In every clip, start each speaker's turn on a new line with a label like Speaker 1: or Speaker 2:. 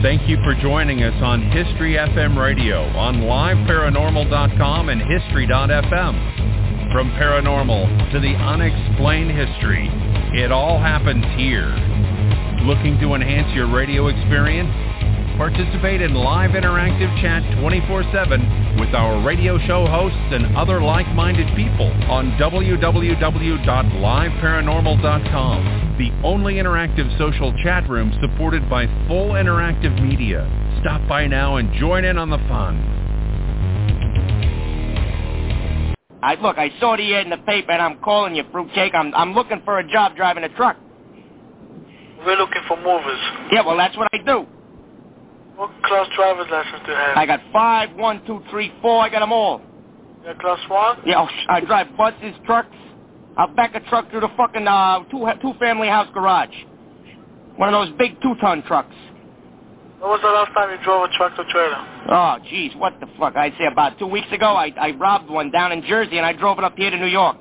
Speaker 1: Thank you for joining us on History FM Radio on liveparanormal.com and history.fm. From paranormal to the unexplained history, it all happens here. Looking to enhance your radio experience? Participate in live interactive chat 24-7 with our radio show hosts and other like-minded people on www.liveparanormal.com, the only interactive social chat room supported by full interactive media. Stop by now and join in on the fun.
Speaker 2: I look, I saw the ad in the paper, and I'm calling you, fruit cake. I'm I'm looking for a job driving a truck.
Speaker 3: We're looking for movers.
Speaker 2: Yeah, well, that's what I do.
Speaker 3: What class driver's license do you have?
Speaker 2: I got five, one, two, three, four. I got 'em all.
Speaker 3: You got class one?
Speaker 2: Yeah, oh, I drive buses, trucks. I'll back a truck through the fucking uh, two two family house garage. One of those big two ton trucks.
Speaker 3: When was the last time you drove a tractor trailer?
Speaker 2: Oh, jeez, what the fuck? I'd say about two weeks ago, I, I robbed one down in Jersey, and I drove it up here to New York.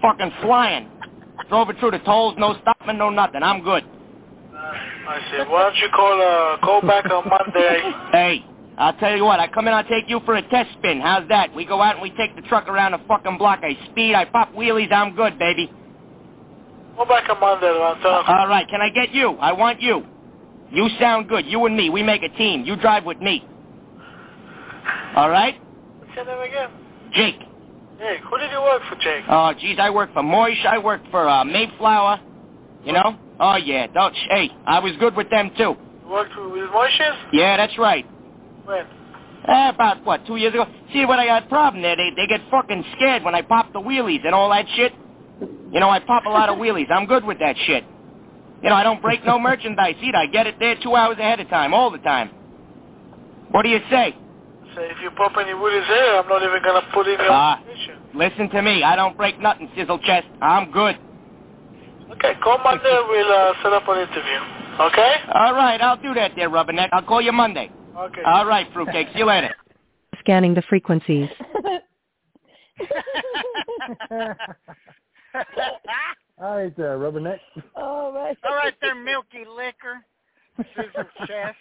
Speaker 2: Fucking flying. Drove it through the tolls, no stopping, no nothing. I'm good.
Speaker 3: Uh, I see. Why don't you call uh call back on Monday?
Speaker 2: Hey, I'll tell you what, I come in, I'll take you for a test spin. How's that? We go out and we take the truck around the fucking block. I speed, I pop wheelies, I'm good, baby.
Speaker 3: Call back on Monday around ten o'clock.
Speaker 2: All right, can I get you? I want you. You sound good. You and me, we make a team. You drive with me. All right?
Speaker 3: What's your name again?
Speaker 2: Jake.
Speaker 3: Jake. Who did you work for, Jake?
Speaker 2: Oh, geez, I worked for Moish. I worked for uh, Mayflower. You know? Oh, yeah. Don't sh- hey, I was good with them, too.
Speaker 3: You worked with Moishes?
Speaker 2: Yeah, that's right.
Speaker 3: When?
Speaker 2: Eh, about, what, two years ago? See, what I got a problem there, they, they get fucking scared when I pop the wheelies and all that shit. You know, I pop a lot of wheelies. I'm good with that shit. You know, I don't break no merchandise either. I get it there two hours ahead of time, all the time. What do you say?
Speaker 3: Say, if you pop any wood is here, I'm not even gonna put in your
Speaker 2: Ah.
Speaker 3: application.
Speaker 2: Listen to me. I don't break nothing, sizzle chest. I'm good.
Speaker 3: Okay, call Monday. We'll uh, set up an interview. Okay?
Speaker 2: All right, I'll do that there, Rubberneck. I'll call you Monday.
Speaker 3: Okay.
Speaker 2: All right, Fruitcake. See you later.
Speaker 4: scanning the frequencies.
Speaker 5: All right, there, Rubberneck.
Speaker 6: All right.
Speaker 7: All right, there, Milky Liquor, Sizzle Chest.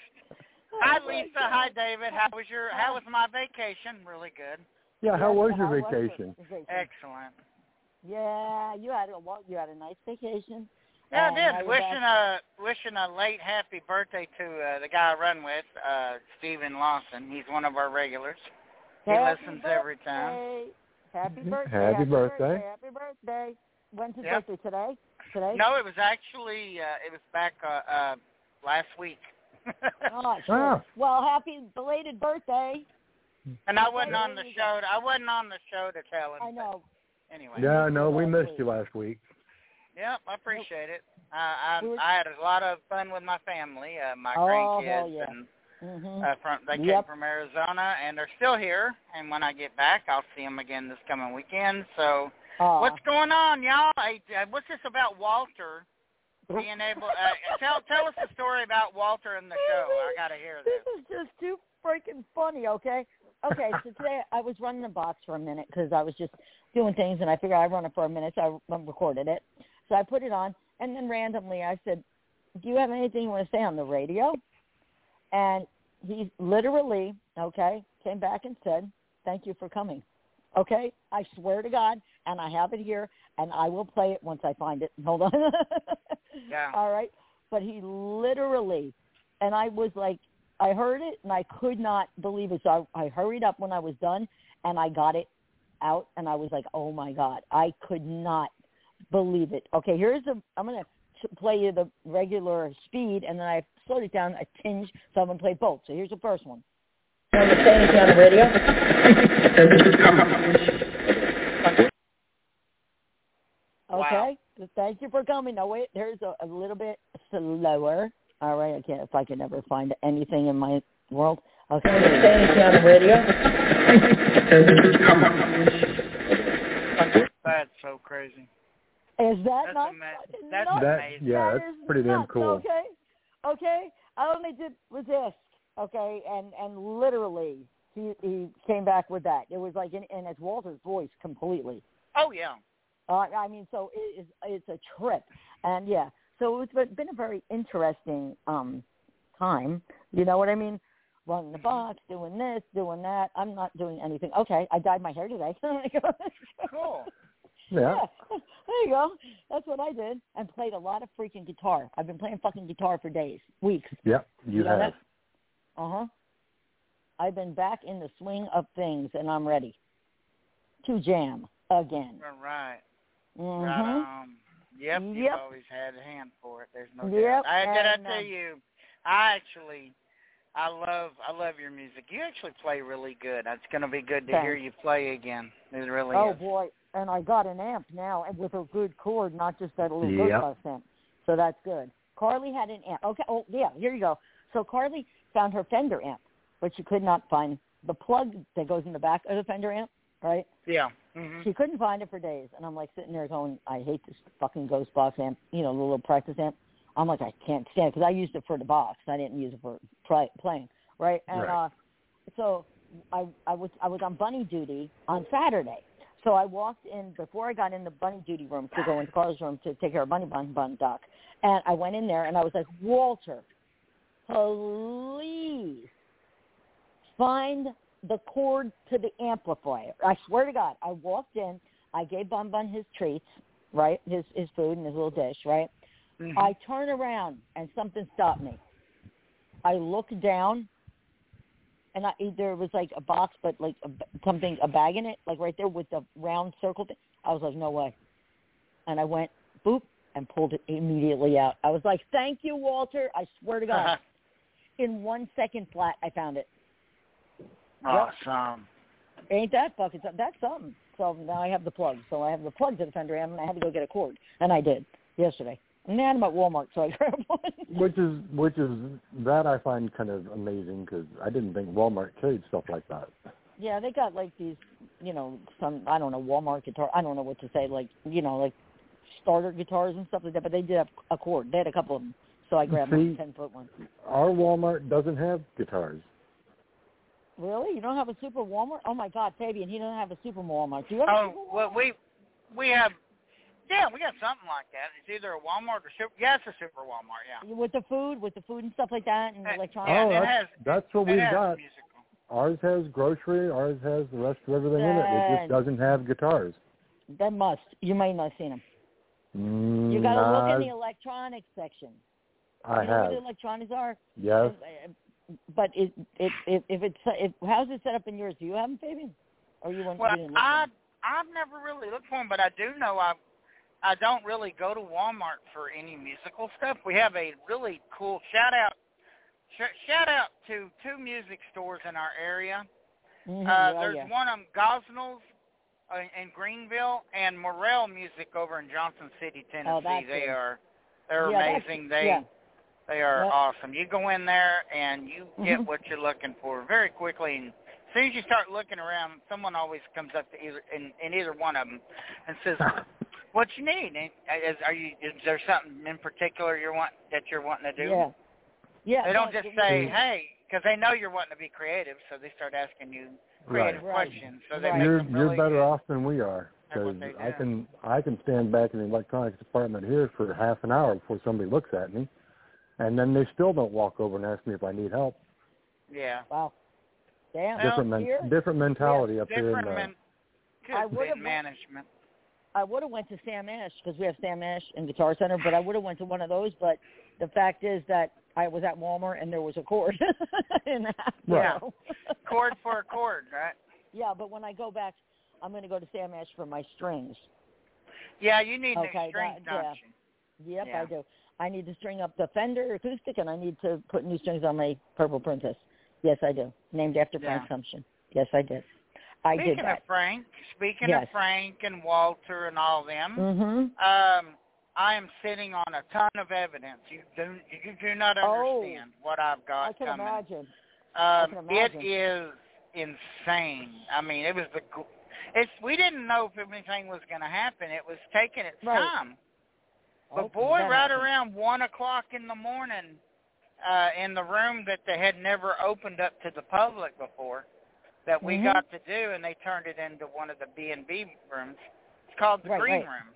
Speaker 7: Hi, Lisa. Hi, David. How was your? How was my vacation? Really good.
Speaker 5: Yeah, how
Speaker 6: Yes,
Speaker 5: was your
Speaker 6: it?
Speaker 5: vacation?
Speaker 6: Vacation.
Speaker 7: Excellent.
Speaker 6: Yeah, you had a well, you had a nice vacation.
Speaker 7: Yeah,
Speaker 6: Um,
Speaker 7: I
Speaker 6: I
Speaker 7: did.
Speaker 6: was
Speaker 7: Wishing a wishing a late happy birthday to uh, the guy I run with, uh, Stephen Lawson. He's one of our regulars. He
Speaker 6: Happy
Speaker 7: listens every time.
Speaker 6: birthday. Happy birthday.
Speaker 5: Happy birthday.
Speaker 6: Happy birthday. When's his
Speaker 7: Yep.
Speaker 6: birthday? Today? Today?
Speaker 7: No, it was actually uh, it was back uh, uh, last week.
Speaker 6: Oh, shit.
Speaker 5: Wow.
Speaker 6: Well, happy belated birthday.
Speaker 7: and I wasn't on the
Speaker 6: There you go.
Speaker 7: show. I wasn't on the show to tell him.
Speaker 6: I know.
Speaker 7: Anyway.
Speaker 5: Yeah, Uh, no, we
Speaker 6: last
Speaker 5: missed
Speaker 6: week.
Speaker 5: you last week.
Speaker 7: Yep, I appreciate it. I I,
Speaker 6: We were-
Speaker 7: I had a lot of fun with my family, uh, my
Speaker 6: Oh, hell
Speaker 7: grandkids,
Speaker 6: yeah.
Speaker 7: and
Speaker 6: Mm-hmm.
Speaker 7: uh, from they
Speaker 6: Yep.
Speaker 7: came from Arizona, and they're still here. And when I get back, I'll see them again this coming weekend. So,
Speaker 6: Aw.
Speaker 7: what's going on, y'all? I, I, what's this about Walter being able? Uh, tell tell us the story about Walter and the show. I gotta hear
Speaker 6: This
Speaker 7: this.
Speaker 6: is just too freaking funny, okay? Okay, so today I was running a box for a minute because I was just doing things, and I figured I'd run it for a minute, so I recorded it. So I put it on, and then randomly I said, do you have anything you want to say on the radio? And he literally, okay, came back and said, thank you for coming. Okay, I swear to God, and I have it here, and I will play it once I find it. Hold on.
Speaker 7: Yeah.
Speaker 6: All right. But he literally, and I was like, I heard it, and I could not believe it. So I, I hurried up when I was done, and I got it out, and I was like, oh my God, I could not believe it. Okay, here's the, I'm going to to play you the regular speed, and then I slowed it down a tinge, so I'm going to play both. So here's the first one.
Speaker 7: Wow.
Speaker 6: Okay. Thank you for coming. Now wait, there's a, a little bit slower. All right, I can't if I can ever find anything in my world. Okay.
Speaker 7: That's so crazy.
Speaker 6: Is that
Speaker 7: That's
Speaker 6: not
Speaker 7: ama-
Speaker 6: fucking
Speaker 7: that's
Speaker 6: nuts?
Speaker 5: That,
Speaker 7: Amazing.
Speaker 5: yeah,
Speaker 6: That
Speaker 5: that's
Speaker 6: is
Speaker 5: pretty damn
Speaker 6: nuts,
Speaker 5: cool.
Speaker 6: Okay, okay. I only did was this, okay, and and literally he he came back with that. It was like in, and it's Walter's voice completely.
Speaker 7: Oh yeah.
Speaker 6: Uh, I mean, so it is it's a trip, and yeah. So it's been- been a very interesting um time. You know what I mean? Running the
Speaker 7: Mm-hmm.
Speaker 6: box, doing this, doing that. I'm not doing anything. Okay, I dyed my hair today.
Speaker 7: Cool.
Speaker 5: Yeah.
Speaker 6: There you go. That's what I did. And played a lot of freaking guitar. I've been playing fucking guitar for days, weeks.
Speaker 5: Yep. You
Speaker 6: Yeah,
Speaker 5: have.
Speaker 6: that's- Uh huh. I've been back in the swing of things, and I'm ready to jam again.
Speaker 7: All right.
Speaker 6: Mhm.
Speaker 7: Right on. Yep, you've
Speaker 6: Yep.
Speaker 7: always had a hand for it. There's no
Speaker 6: Yep,
Speaker 7: doubt. I, did
Speaker 6: and,
Speaker 7: I
Speaker 6: um,
Speaker 7: tell you? I actually, I love, I love your music. You actually play really good. It's going to be good to hear
Speaker 6: Thanks.
Speaker 7: you play again. It really
Speaker 6: Oh
Speaker 7: is.
Speaker 6: boy! And I got an amp now and with a good cord, not just that little
Speaker 5: Yep.
Speaker 6: yep. amp. So that's good. Carly had an amp. Okay. Oh yeah. Here you go. So Carly found her Fender amp, but she could not find the plug that goes in the back of the Fender amp. Right.
Speaker 7: Yeah. hmm
Speaker 6: She couldn't find it for days, and I'm like sitting there going, I hate this fucking ghost box amp, you know, the little practice amp. I'm like, I can't stand it because I used it for the box, I didn't use it for pri- playing, right? And
Speaker 5: Right.
Speaker 6: uh so I I was I was on bunny duty on Saturday, so I walked in before I got in the bunny duty room to go into Carl's room to take care of Bunny Bun Bun Duck, and I went in there and I was like, Walter, please find the cord to the amplifier. I swear to God, I walked in, I gave Bun Bun his treats, right, his his food and his little dish, right. I turn around and something stopped me. I look down, and I, there was like a box, but like a, b- something, a bag in it, like right there with the round circle thing. I was like, no way. And I went, boop, and pulled it immediately out. I was like, thank you, Walter. I swear to
Speaker 7: Uh-huh.
Speaker 6: God. In one second flat, I found it.
Speaker 7: awesome.
Speaker 6: Ain't that fucking something? That's something. So now I have the plug. So I have the plug to the Fender amp, and I had to go get a cord, and I did yesterday. And then I'm at Walmart, so I grabbed one.
Speaker 5: Which is which is that I find kind of amazing because I didn't think Walmart carried stuff like that.
Speaker 6: yeah, they got like these, you know, some I don't know Walmart guitar. I don't know what to say, like you know, like starter guitars and stuff like that. But they did have a cord. They had a couple of them, so I grabbed
Speaker 5: See?
Speaker 6: a ten foot one.
Speaker 5: Our Walmart doesn't have guitars.
Speaker 6: Really? You don't have a super Walmart? Oh my God, Fabian, he doesn't have a super Walmart. Do you have? a
Speaker 7: Oh
Speaker 6: super Walmart?
Speaker 7: well, we we have yeah we got something like that. It's either a Walmart or super. Yeah, it's a super Walmart. Yeah.
Speaker 6: With the food, with the food and stuff like that, and
Speaker 7: Uh,
Speaker 6: electronics.
Speaker 7: Yeah,
Speaker 5: oh,
Speaker 7: it
Speaker 5: that's,
Speaker 7: has-
Speaker 5: that's what
Speaker 7: it
Speaker 5: we've
Speaker 7: has
Speaker 5: got.
Speaker 7: musical.
Speaker 5: Ours has grocery. Ours has the rest of everything in it. It
Speaker 6: Dang.
Speaker 5: just doesn't have guitars.
Speaker 6: That must. You might not have seen them. You
Speaker 5: Mm,
Speaker 6: got to look
Speaker 5: nah,
Speaker 6: in the electronics section.
Speaker 5: I
Speaker 6: you know
Speaker 5: have.
Speaker 6: where the electronics are. Uh,
Speaker 5: Yes.
Speaker 6: But it, it, if, if it's if, how's it set up in yours? Do you have them, Fabian? Or you want
Speaker 7: Well,
Speaker 6: you didn't look for
Speaker 7: I
Speaker 6: 'em?
Speaker 7: I've never really looked for them, but I do know I I don't really go to Walmart for any musical stuff. We have a really cool shout out sh- shout out to two music stores in our area.
Speaker 6: Mhm,
Speaker 7: Uh,
Speaker 6: yeah,
Speaker 7: there's
Speaker 6: yeah.
Speaker 7: one on Gosnells uh, in Greenville and Morel Music over in Johnson City, Tennessee.
Speaker 6: Oh, that's
Speaker 7: they
Speaker 6: good.
Speaker 7: are they're
Speaker 6: Yeah, that's-
Speaker 7: amazing. They
Speaker 6: yeah.
Speaker 7: they are
Speaker 6: Yep.
Speaker 7: awesome. You go in there and you get
Speaker 6: Mhm.
Speaker 7: what you're looking for very quickly. And as soon as you start looking around, someone always comes up to either in, in either one of them and says, "What you need? And uh, Is, are you? Is there something in particular you want that you're wanting to do?"
Speaker 6: Yeah. Yeah.
Speaker 7: They don't
Speaker 6: no,
Speaker 7: just
Speaker 6: it-
Speaker 7: say,
Speaker 5: Mm-hmm.
Speaker 6: it-
Speaker 7: "Hey," because they know you're wanting to be creative, so they start asking you creative
Speaker 6: Right.
Speaker 7: questions. So they
Speaker 6: Right.
Speaker 7: make
Speaker 5: You're
Speaker 7: them
Speaker 5: you're
Speaker 7: really
Speaker 5: better
Speaker 7: good.
Speaker 5: off than we are
Speaker 7: That's
Speaker 5: because
Speaker 7: what they
Speaker 5: I
Speaker 7: do.
Speaker 5: can I can stand back in the electronics department here for half an hour before somebody looks at me, and then they still don't walk over and ask me if I need help.
Speaker 7: Yeah.
Speaker 6: Wow. Damn.
Speaker 7: Well,
Speaker 5: different men-
Speaker 6: here,
Speaker 5: different mentality up there in uh,
Speaker 7: Different
Speaker 5: the
Speaker 7: men- good
Speaker 6: I would've-
Speaker 7: man- management.
Speaker 6: I would have went to Sam Ash because we have Sam Ash in Guitar Center, but I would have went to one of those. But the fact is that I was at Walmart and there was a cord. in that, you
Speaker 5: Right.
Speaker 6: know.
Speaker 7: Chord for a chord, right?
Speaker 6: Yeah, but when I go back, I'm going to go to Sam Ash for my strings.
Speaker 7: Yeah, you need an
Speaker 6: Okay,
Speaker 7: extreme
Speaker 6: that- yeah.
Speaker 7: option.
Speaker 6: Yep,
Speaker 7: Yeah.
Speaker 6: I do. I need to string up the Fender acoustic, and I need to put new strings on my Purple Princess. Yes, I do. Named after
Speaker 7: Yeah.
Speaker 6: Frank Sumption. Yes, I did. I
Speaker 7: speaking
Speaker 6: did that.
Speaker 7: of Frank, speaking of
Speaker 6: Yes.
Speaker 7: Frank and Walter and all them,
Speaker 6: mm-hmm.
Speaker 7: um, I am sitting on a ton of evidence. You do you do not
Speaker 6: Oh.
Speaker 7: understand what I've got
Speaker 6: I can
Speaker 7: coming.
Speaker 6: imagine.
Speaker 7: Um,
Speaker 6: can
Speaker 7: it
Speaker 6: imagine.
Speaker 7: is insane. I mean, it was the. gl- It's we didn't know if anything was going to happen. It was taking its
Speaker 6: Right.
Speaker 7: time. But
Speaker 6: Oh,
Speaker 7: boy,
Speaker 6: that
Speaker 7: right
Speaker 6: happened.
Speaker 7: around one o'clock in the morning, uh, in the room that they had never opened up to the public before, that we
Speaker 6: Mhm.
Speaker 7: got to do, and they turned it into one of the B and B rooms. It's called the
Speaker 6: Right,
Speaker 7: Green
Speaker 6: right.
Speaker 7: Room.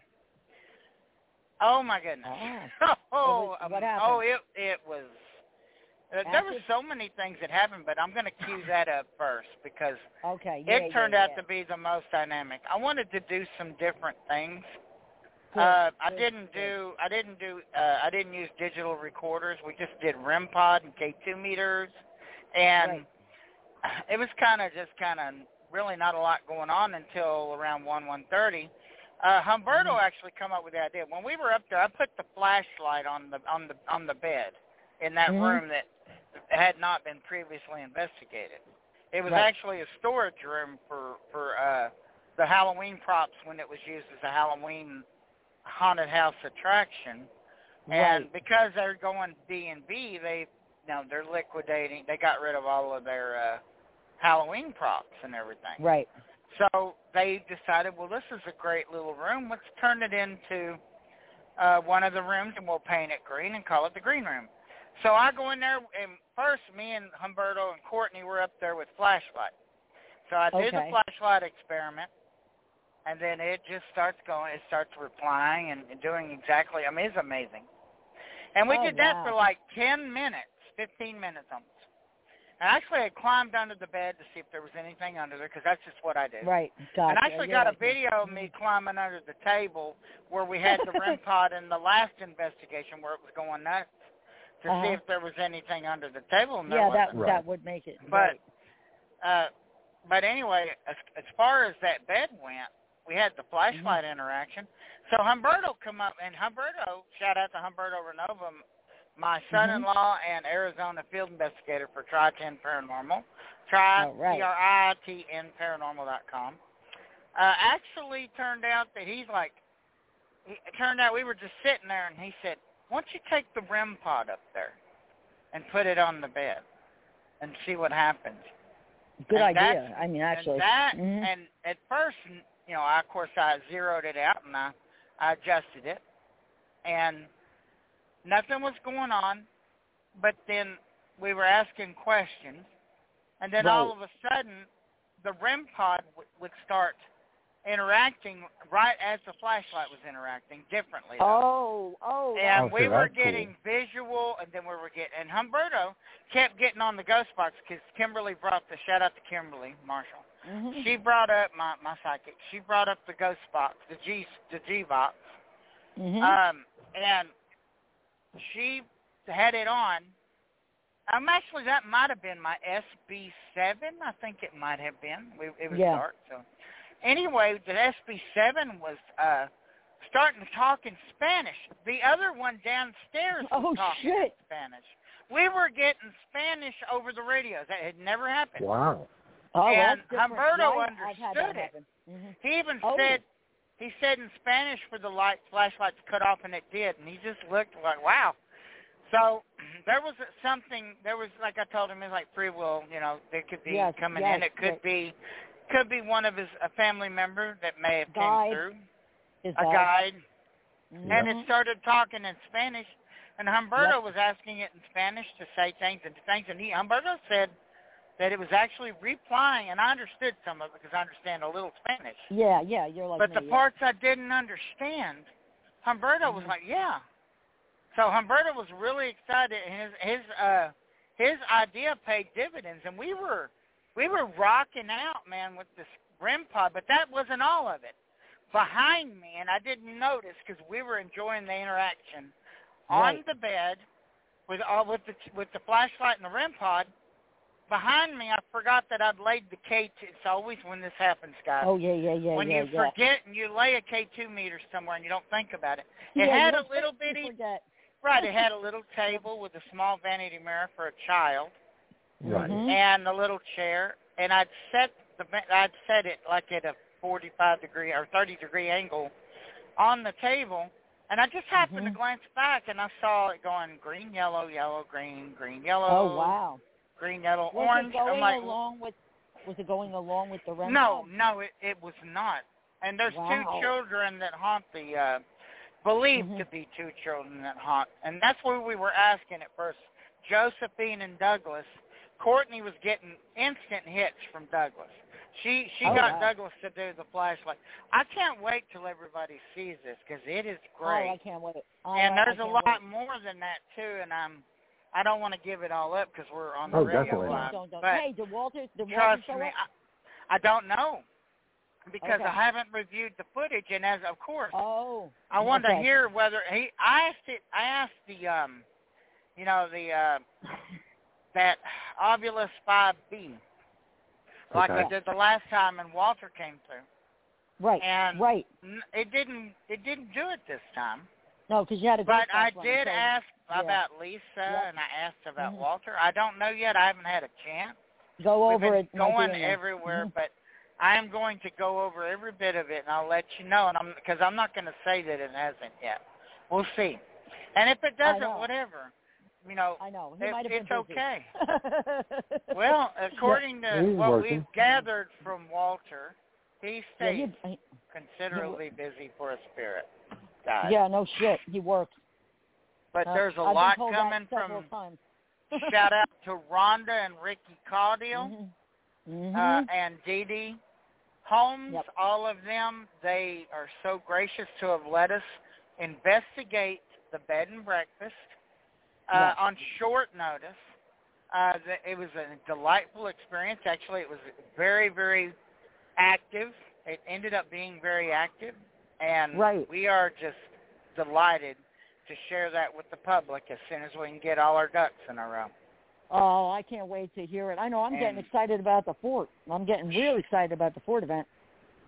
Speaker 7: Oh my goodness! um,
Speaker 6: Ah.
Speaker 7: oh,
Speaker 6: It was-
Speaker 7: I
Speaker 6: Ah. what
Speaker 7: mean,
Speaker 6: happened?
Speaker 7: oh, it it was Uh, There were so many things that happened, but I'm going to cue that up first because
Speaker 6: Okay. yeah,
Speaker 7: it turned
Speaker 6: yeah,
Speaker 7: out
Speaker 6: yeah.
Speaker 7: to be the most dynamic. I wanted to do some different things.
Speaker 6: Good,
Speaker 7: uh, I
Speaker 6: good,
Speaker 7: didn't
Speaker 6: good.
Speaker 7: do I didn't do uh, I didn't use digital recorders. We just did REM pod and K2 meters, and
Speaker 6: Right.
Speaker 7: it was kind of just kind of really not a lot going on until around one one thirty. Uh, Humberto actually come up with the idea. When we were up there, I put the flashlight on the on the on the bed in that
Speaker 6: Mhm.
Speaker 7: room that had not been previously investigated. It was
Speaker 6: Right.
Speaker 7: actually a storage room for for uh, the Halloween props when it was used as a Halloween haunted house attraction. And because they're going D and B, they you know they're liquidating. They got rid of all of their uh, Halloween props and everything.
Speaker 6: Right.
Speaker 7: So they decided, well, this is a great little room. Let's turn it into uh, one of the rooms, and we'll paint it green and call it the green room. So I go in there, and first me and Humberto and Courtney were up there with flashlight. So I do the
Speaker 6: Okay.
Speaker 7: flashlight experiment, and then it just starts going. It starts replying and doing exactly. I mean, it's amazing. And we
Speaker 6: Oh,
Speaker 7: did that
Speaker 6: wow.
Speaker 7: for like ten minutes, fifteen minutes almost. And actually, I climbed under the bed to see if there was anything under there because that's just what I do.
Speaker 6: Right. Gotcha.
Speaker 7: And I actually
Speaker 6: you're
Speaker 7: got a
Speaker 6: right.
Speaker 7: video of me climbing under the table where we had the REM pod in the last investigation where it was going nuts to see
Speaker 6: Uh-huh.
Speaker 7: if there was anything under the table. And there
Speaker 6: Yeah, that
Speaker 7: wasn't.
Speaker 5: Right.
Speaker 6: that would make it.
Speaker 7: But
Speaker 6: right.
Speaker 7: Uh, but anyway, as, as far as that bed went, we had the flashlight interaction. So Humberto come up, and Humberto, shout out to Humberto Renova, m- my son-in-law and Arizona field investigator for Tri-10 Paranormal, tri,
Speaker 6: All right.
Speaker 7: T-R-I-T-N paranormal.com, uh, actually turned out that he's like, he, it turned out we were just sitting there, and he said, why don't you take the REM pod up there and put it on the bed and see what happens?
Speaker 6: good
Speaker 7: and
Speaker 6: idea.
Speaker 7: that's-
Speaker 6: I mean, actually.
Speaker 7: And that,
Speaker 6: Mhm.
Speaker 7: and at first, you know, I, of course, I zeroed it out and I, I adjusted it, and nothing was going on. But then we were asking questions, and then all
Speaker 6: Right.
Speaker 7: of a sudden, the REM pod w- would start interacting right as the flashlight was interacting differently. though.
Speaker 6: oh, oh.
Speaker 7: And
Speaker 5: Oh,
Speaker 7: we were
Speaker 5: so that's cool.
Speaker 7: getting visual, and then we were getting. And Humberto kept getting on the ghost box because Kimberly brought the shout out to Kimberly Marshall.
Speaker 6: Mhm.
Speaker 7: She brought up my my psychic. She brought up the ghost box, the G the G box,
Speaker 6: Mhm.
Speaker 7: um, and she had it on. Um, actually, that might have been my SB7. I think it might have been. We, it was
Speaker 6: Yeah.
Speaker 7: dark, so. Anyway, the SB7 was uh, starting to talk in Spanish. The other one downstairs was
Speaker 6: Oh,
Speaker 7: talking in
Speaker 6: shit.
Speaker 7: Spanish. We were getting Spanish over the radio. That had never happened.
Speaker 5: Wow.
Speaker 6: oh,
Speaker 7: and
Speaker 6: that's different.
Speaker 7: Humberto
Speaker 6: Yeah, I- I've had
Speaker 7: understood
Speaker 6: that
Speaker 7: it.
Speaker 6: happen. Mhm.
Speaker 7: He even
Speaker 6: Oh.
Speaker 7: said he said in Spanish for the light flashlights cut off, and it did, and he just looked like wow. So there was something. There was like I told him, it's like free will. You know, there could be
Speaker 6: Yes,
Speaker 7: coming in.
Speaker 6: yes,
Speaker 7: It could
Speaker 6: right.
Speaker 7: be could be one of his a family member that may have
Speaker 6: Guide.
Speaker 7: came through
Speaker 6: Is
Speaker 7: a
Speaker 6: that-
Speaker 7: guide,
Speaker 6: Mhm.
Speaker 7: and it started talking in Spanish. And Humberto was asking it in Spanish to say things and things, and he Humberto said that it was actually replying, and I understood some of it because I understand a little Spanish.
Speaker 6: Yeah, yeah. You're like.
Speaker 7: But
Speaker 6: me,
Speaker 7: the
Speaker 6: yeah. Mm-hmm.
Speaker 7: parts I didn't understand, Humberto was like, "Yeah." So Humberto was really excited, and his his uh his idea paid dividends, and we were we were rocking out, man, with this rim pod. But that wasn't all of it. Behind me, and I didn't notice because we were enjoying the interaction on
Speaker 6: Right.
Speaker 7: the bed with all with the with the flashlight and the rim pod. Behind me, I forgot that I'd laid the K2. It's always when this happens, guys
Speaker 6: Oh yeah, yeah, yeah,
Speaker 7: when
Speaker 6: yeah,
Speaker 7: you
Speaker 6: yeah.
Speaker 7: forget and you lay a K2 meter somewhere and you don't think about it.
Speaker 6: yeah,
Speaker 7: It had
Speaker 6: you
Speaker 7: a little
Speaker 6: think you
Speaker 7: bitty,
Speaker 6: Forget.
Speaker 7: right, it had a little table with a small vanity mirror for a child
Speaker 5: Right.
Speaker 6: Mhm.
Speaker 7: and a little chair. And I'd set the, va- I'd set it like at a 45 degree or 30 degree angle on the table. And I just happened
Speaker 6: Mhm.
Speaker 7: to glance back and I saw it going green, yellow, yellow, green, green, yellow,
Speaker 6: Oh wow.
Speaker 7: green, yellow,
Speaker 6: Was
Speaker 7: uh, orange.
Speaker 6: it going
Speaker 7: I'm like,
Speaker 6: along with? Was it going along with the rent?
Speaker 7: No, no, it, it was not. And there's
Speaker 6: Wow.
Speaker 7: two children that haunt the, uh, believed
Speaker 6: Mhm.
Speaker 7: to be two children that haunt. And that's where we were asking at first, Josephine and Douglas. Courtney was getting instant hits from Douglas. She she
Speaker 6: Oh,
Speaker 7: got
Speaker 6: wow.
Speaker 7: Douglas to do the flashlight. I can't wait till everybody sees this because it is
Speaker 6: Oh,
Speaker 7: great.
Speaker 6: I can't wait. Oh,
Speaker 7: and
Speaker 6: I
Speaker 7: there's a
Speaker 6: can't
Speaker 7: lot
Speaker 6: wait.
Speaker 7: more than that too. And I'm I don't want to give it all up because we're on the
Speaker 5: Oh,
Speaker 7: radio
Speaker 5: definitely
Speaker 7: live.
Speaker 5: not.
Speaker 6: Don't, don't.
Speaker 7: But
Speaker 6: Hey, DeWalter, DeWalter
Speaker 7: trust
Speaker 6: show
Speaker 7: me,
Speaker 6: up?
Speaker 7: I, I don't know because
Speaker 6: Okay.
Speaker 7: I haven't reviewed the footage, and as of course,
Speaker 6: Oh,
Speaker 7: I wanted to
Speaker 6: okay.
Speaker 7: hear whether he. I asked it. I asked the um, you know the uh, that Ovulus Five B, like I
Speaker 5: Okay.
Speaker 7: did the last time, and Walter came through.
Speaker 6: Right,
Speaker 7: And
Speaker 6: right.
Speaker 7: N- It didn't. It didn't do it this time.
Speaker 6: No, because you had a
Speaker 7: But
Speaker 6: good
Speaker 7: I
Speaker 6: one,
Speaker 7: did
Speaker 6: so-
Speaker 7: ask
Speaker 6: yeah.
Speaker 7: about Lisa,
Speaker 6: Yeah.
Speaker 7: and I asked about
Speaker 6: Mhm.
Speaker 7: Walter. I don't know yet. I haven't had a chance.
Speaker 6: Go
Speaker 7: We've
Speaker 6: over
Speaker 7: been
Speaker 6: it. no
Speaker 7: going
Speaker 6: doing that.
Speaker 7: everywhere,
Speaker 6: Mhm.
Speaker 7: but I am going to go over every bit of it, and I'll let you know. And I'm because I'm not going to say that it hasn't yet. We'll see. And if it
Speaker 6: know.
Speaker 7: doesn't, whatever. You know,
Speaker 6: I know. He
Speaker 7: it-
Speaker 6: might have
Speaker 7: it's
Speaker 6: been busy.
Speaker 7: okay. well, according to
Speaker 5: He's
Speaker 7: what
Speaker 5: working.
Speaker 7: we've gathered from Walter, he
Speaker 6: yeah,
Speaker 7: stays
Speaker 6: he- he-
Speaker 7: considerably busy for a spirit. guy.
Speaker 6: yeah, no shit. He works.
Speaker 7: uh, But
Speaker 6: Uh,
Speaker 7: there's a
Speaker 6: I've been
Speaker 7: lot
Speaker 6: told that
Speaker 7: coming
Speaker 6: several
Speaker 7: from
Speaker 6: times.
Speaker 7: shout out to Rhonda and Ricky Caudill
Speaker 6: Mm-hmm. Mhm.
Speaker 7: uh,
Speaker 6: Mhm.
Speaker 7: and Dee Dee Holmes,
Speaker 6: Yep.
Speaker 7: all of them, they are so gracious to have let us investigate the bed and breakfast uh,
Speaker 6: Yeah.
Speaker 7: on short notice. Uh, the, it was a delightful experience. Actually, it was very, very active. It ended up being very active, and
Speaker 6: Right.
Speaker 7: we are just delighted to share that with the public as soon as we can get all our ducks in a row.
Speaker 6: Oh, I can't wait to hear it. I know I'm getting
Speaker 7: And-
Speaker 6: excited about the fort. I'm getting real excited about the fort event.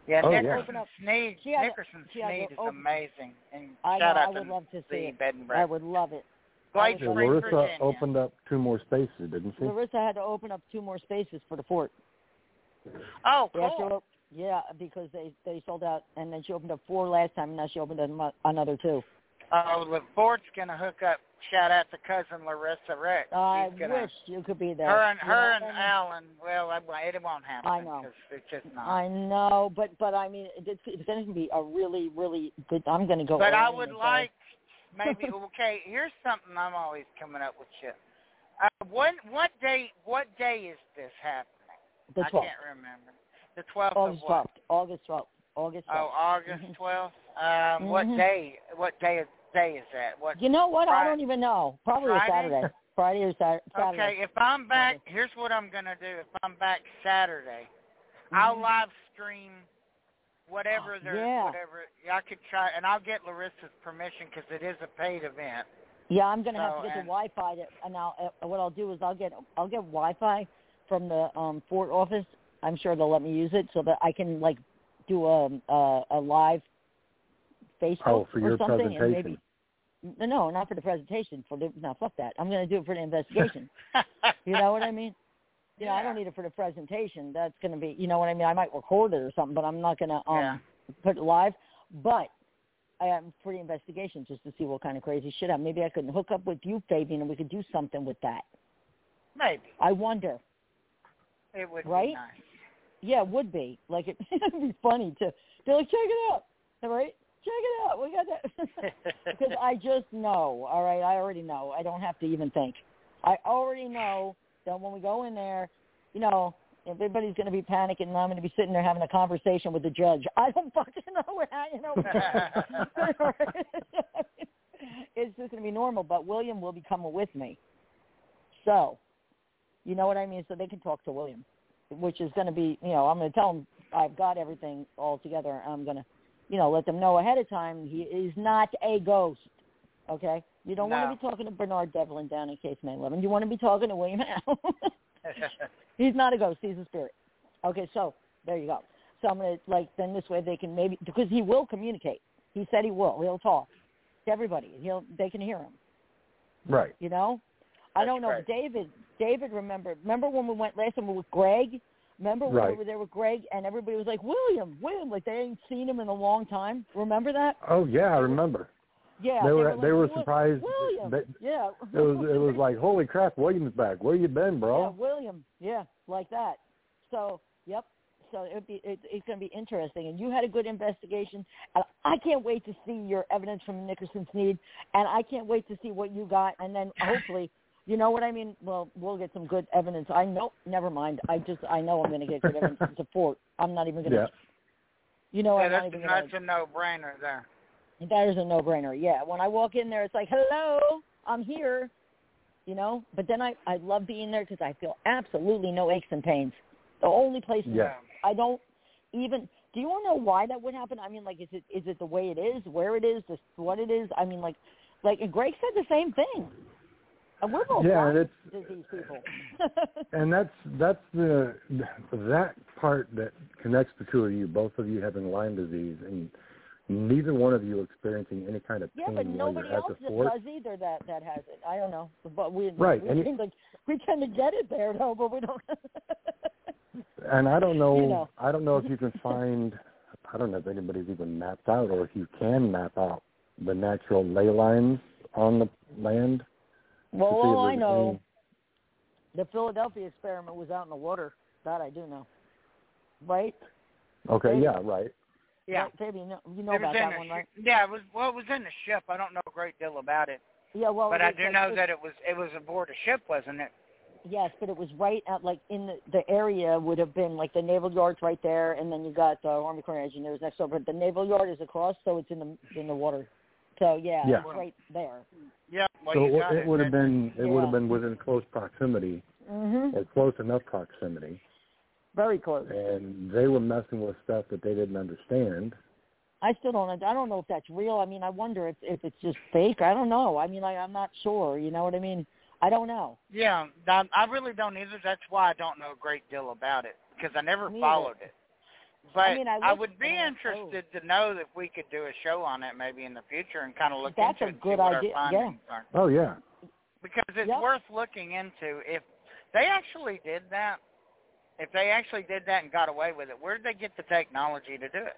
Speaker 7: Yeah,
Speaker 5: Oh, yeah.
Speaker 7: Nickerson Sneed.
Speaker 6: She had a-
Speaker 7: Nickerson
Speaker 6: she had a-
Speaker 7: Sneed is
Speaker 6: oh.
Speaker 7: amazing. And
Speaker 6: I
Speaker 7: shout
Speaker 6: know,
Speaker 7: out
Speaker 6: I would
Speaker 7: to
Speaker 6: love to see
Speaker 7: the
Speaker 6: it.
Speaker 7: bed and
Speaker 6: I
Speaker 7: breakfast.
Speaker 6: would love it.
Speaker 7: Glade
Speaker 6: would
Speaker 5: Yeah,
Speaker 6: love
Speaker 7: Spring,
Speaker 6: it.
Speaker 5: Larissa
Speaker 7: Virginia.
Speaker 5: uh, opened up two more spaces, didn't she?
Speaker 6: Larissa had to open up two more spaces for the fort.
Speaker 7: Oh,
Speaker 6: Yeah, she
Speaker 7: cool.
Speaker 6: op- yeah, because they they sold out, and then she opened up four last time, and now she opened up mo- another two.
Speaker 7: Oh, the board's gonna hook up. Shout out to cousin Larissa Rex.
Speaker 6: I
Speaker 7: She's gonna,
Speaker 6: wish you could be there.
Speaker 7: Her and
Speaker 6: You
Speaker 7: her
Speaker 6: know
Speaker 7: and
Speaker 6: what I mean?
Speaker 7: Alan. Well, I, it won't happen.
Speaker 6: I know.
Speaker 7: 'cause It's just not.
Speaker 6: I know, but but I mean, it- it's, it's going to be a really really good. I'm going to go.
Speaker 7: But I
Speaker 6: early
Speaker 7: would
Speaker 6: and go.
Speaker 7: like maybe okay. Here's something I'm always coming up with. Shit. Uh, what what day? What day is this happening?
Speaker 6: the Oh,
Speaker 7: I
Speaker 6: 12th,
Speaker 7: can't remember. The twelfth of
Speaker 6: August
Speaker 7: what?
Speaker 6: 12th, August 12th, August 12th.
Speaker 7: Oh, August
Speaker 6: Mhm.
Speaker 7: twelfth. Um, what
Speaker 6: Mhm.
Speaker 7: day? What day is day is that? What?
Speaker 6: you know what? I
Speaker 7: Friday-
Speaker 6: don't even know. Probably a
Speaker 7: Friday?
Speaker 6: Saturday, Friday or Sat- Saturday.
Speaker 7: Okay, if I'm back, here's what I'm gonna do. If I'm back Saturday, I'll
Speaker 6: Mhm.
Speaker 7: live stream whatever
Speaker 6: Oh,
Speaker 7: there,
Speaker 6: yeah.
Speaker 7: whatever. I could try, and I'll get Larissa's permission because it is a paid event.
Speaker 6: Yeah, I'm gonna have
Speaker 7: So,
Speaker 6: to get the
Speaker 7: and-
Speaker 6: Wi-Fi. To, and I'll, uh, what I'll do is I'll get I'll get Wi-Fi from the um, Fort office. I'm sure they'll let me use it so that I can like do a a, a live Facebook
Speaker 5: Oh, for
Speaker 6: or
Speaker 5: your
Speaker 6: something,
Speaker 5: presentation.
Speaker 6: and maybe no, no, not for the presentation. For the no, fuck that. I'm gonna do it for the investigation. you know what I mean? You know, I don't
Speaker 7: Yeah.
Speaker 6: need it for the presentation. That's gonna be, you know what I mean. I might record it or something, but I'm not gonna um
Speaker 7: Yeah.
Speaker 6: put it live. But I am for the investigation just to see what kind of crazy shit I'm. Maybe I could hook up with you, Fabian, and we could do something with that.
Speaker 7: Maybe
Speaker 6: I wonder.
Speaker 7: it would
Speaker 6: Right?
Speaker 7: be nice.
Speaker 6: Yeah, it would be. Like it, it'd be funny to. They're like, check it out, all right? Check it out. We got that. Because I just know. All right, I already know. I don't have to even think. I already know that when we go in there, you know, everybody's going to be panicking, and I'm going to be sitting there having a conversation with the judge. I don't fucking know what I, you know. it's just going to be normal, but William will be coming with me. So, you know what I mean? So they can talk to William, which is going to be, you know, I'm going to tell him I've got everything all together. I'm going to, you know, let them know ahead of time he is not a ghost. Okay? You don't want
Speaker 7: No.
Speaker 6: to be talking to Bernard Devlin down in Case May 11. You want to be talking to William Howe. He's not a ghost. He's a spirit. Okay, so there you go. So I'm gonna like then this way they can maybe because he will communicate. He said he will. He'll talk to everybody. He'll they can hear him.
Speaker 7: Mm-hmm.
Speaker 5: Right.
Speaker 6: You know, I
Speaker 7: That's
Speaker 6: don't know.
Speaker 7: right.
Speaker 6: But David, David, remember? Remember when we went last time we were with Greg? Remember when we
Speaker 5: Right.
Speaker 6: were there with Greg and everybody was like William, William, like they ain't seen him in a long time. Remember that?
Speaker 5: Oh yeah, I remember.
Speaker 6: Yeah,
Speaker 5: They were-
Speaker 6: like,
Speaker 5: they were
Speaker 6: "Wi-
Speaker 5: surprised
Speaker 6: William,
Speaker 5: that-
Speaker 6: yeah,
Speaker 5: It was it was like, holy crap, William's back. Where you been,
Speaker 6: Yeah,
Speaker 5: bro?
Speaker 6: William. Yeah, like that. So, yep. So it'd be it, it's going to be interesting. And you had a good investigation, and I can't wait to see your evidence from Nickerson's need, and I can't wait to see what you got, and then hopefully. You know what I mean? Well, we'll get some good evidence. I know. Never mind. I just I know I'm going to get good evidence to support. I'm not even going to.
Speaker 5: Yeah.
Speaker 6: You know,
Speaker 7: yeah,
Speaker 6: I'm not
Speaker 7: that's,
Speaker 6: Oh, even going to
Speaker 7: that's a no-brainer there.
Speaker 6: that is a no-brainer. Yeah, when I walk in there, it's like, "Hello, I'm here," you know. But then I I love being there because I feel absolutely no aches and pains. The only place
Speaker 5: Yeah.
Speaker 6: I don't even. Do you want to know why that would happen? I mean, like, is it is it the way it is, where it is, just what it is? I mean, like, like and Greg said the same thing. And we're both
Speaker 5: Yeah,
Speaker 6: Lyme
Speaker 5: and
Speaker 6: disease people.
Speaker 5: and that's that's the that part that connects the two of you, both of you having Lyme disease, and neither one of you experiencing any kind of
Speaker 6: yeah,
Speaker 5: pain
Speaker 6: but
Speaker 5: while
Speaker 6: nobody
Speaker 5: you're
Speaker 6: else
Speaker 5: at the
Speaker 6: that
Speaker 5: fort.
Speaker 6: does either. That that has it. I don't know, but we
Speaker 5: Right,
Speaker 6: We,
Speaker 5: and it-
Speaker 6: tend to, we tend to get it there though, but we don't.
Speaker 5: And I don't know,
Speaker 6: You know.
Speaker 5: I don't know if you can find, I don't know if anybody's even mapped out, or if you can map out the natural ley lines on the land. to
Speaker 6: well,
Speaker 5: see if
Speaker 6: all I
Speaker 5: there's
Speaker 6: know.
Speaker 5: any-
Speaker 6: The Philadelphia experiment was out in the water. That I do know. Right?
Speaker 5: Okay,
Speaker 6: They-
Speaker 5: yeah, right.
Speaker 7: Yeah.
Speaker 6: Right, Fabi, you know, you know
Speaker 7: it
Speaker 6: about
Speaker 7: was in
Speaker 6: that
Speaker 7: a
Speaker 6: one,
Speaker 7: sh-
Speaker 6: right?
Speaker 7: Yeah, it was well, it was in the ship. I don't know a great deal about it,
Speaker 6: Yeah, well,
Speaker 7: but
Speaker 6: it
Speaker 7: I
Speaker 6: was
Speaker 7: do
Speaker 6: like
Speaker 7: know
Speaker 6: this-
Speaker 7: that it was it was aboard a ship, wasn't it?
Speaker 6: Yes, but it was right out like in the, the area would have been like the naval yard's right there, and then you got the Army Corps of Engineers next door. But the naval yard is across, so it's in the in the water. So yeah,
Speaker 5: Yeah.
Speaker 6: it's right there.
Speaker 7: Yeah. Well,
Speaker 5: so
Speaker 7: you
Speaker 5: it,
Speaker 7: got
Speaker 5: it would have
Speaker 7: That-
Speaker 5: been, it would
Speaker 6: Yeah.
Speaker 5: have been within close proximity,
Speaker 6: Mhm.
Speaker 5: or close enough proximity,
Speaker 6: Very close.
Speaker 5: and they were messing with stuff that they didn't understand.
Speaker 6: I still don't. I don't know if that's real. I mean, I wonder if if it's just fake. I don't know. I mean, like I'm not sure. You know what I mean? I don't know.
Speaker 7: Yeah, I, I really don't either. That's why I don't know a great deal about it because I never
Speaker 6: Me either.
Speaker 7: followed it. But
Speaker 6: I mean, I looked
Speaker 7: would be
Speaker 6: and I was like,
Speaker 7: interested to know if we could do a show on it maybe in the future and kind of look
Speaker 6: That's
Speaker 7: into
Speaker 6: a
Speaker 7: it and see
Speaker 6: good
Speaker 7: what
Speaker 6: idea,
Speaker 7: our
Speaker 6: yeah.
Speaker 7: findings are.
Speaker 5: Oh yeah,
Speaker 7: Because it's
Speaker 6: Yep.
Speaker 7: worth looking into. If they actually did that, if they actually did that and got away with it, where did they get the technology to do it?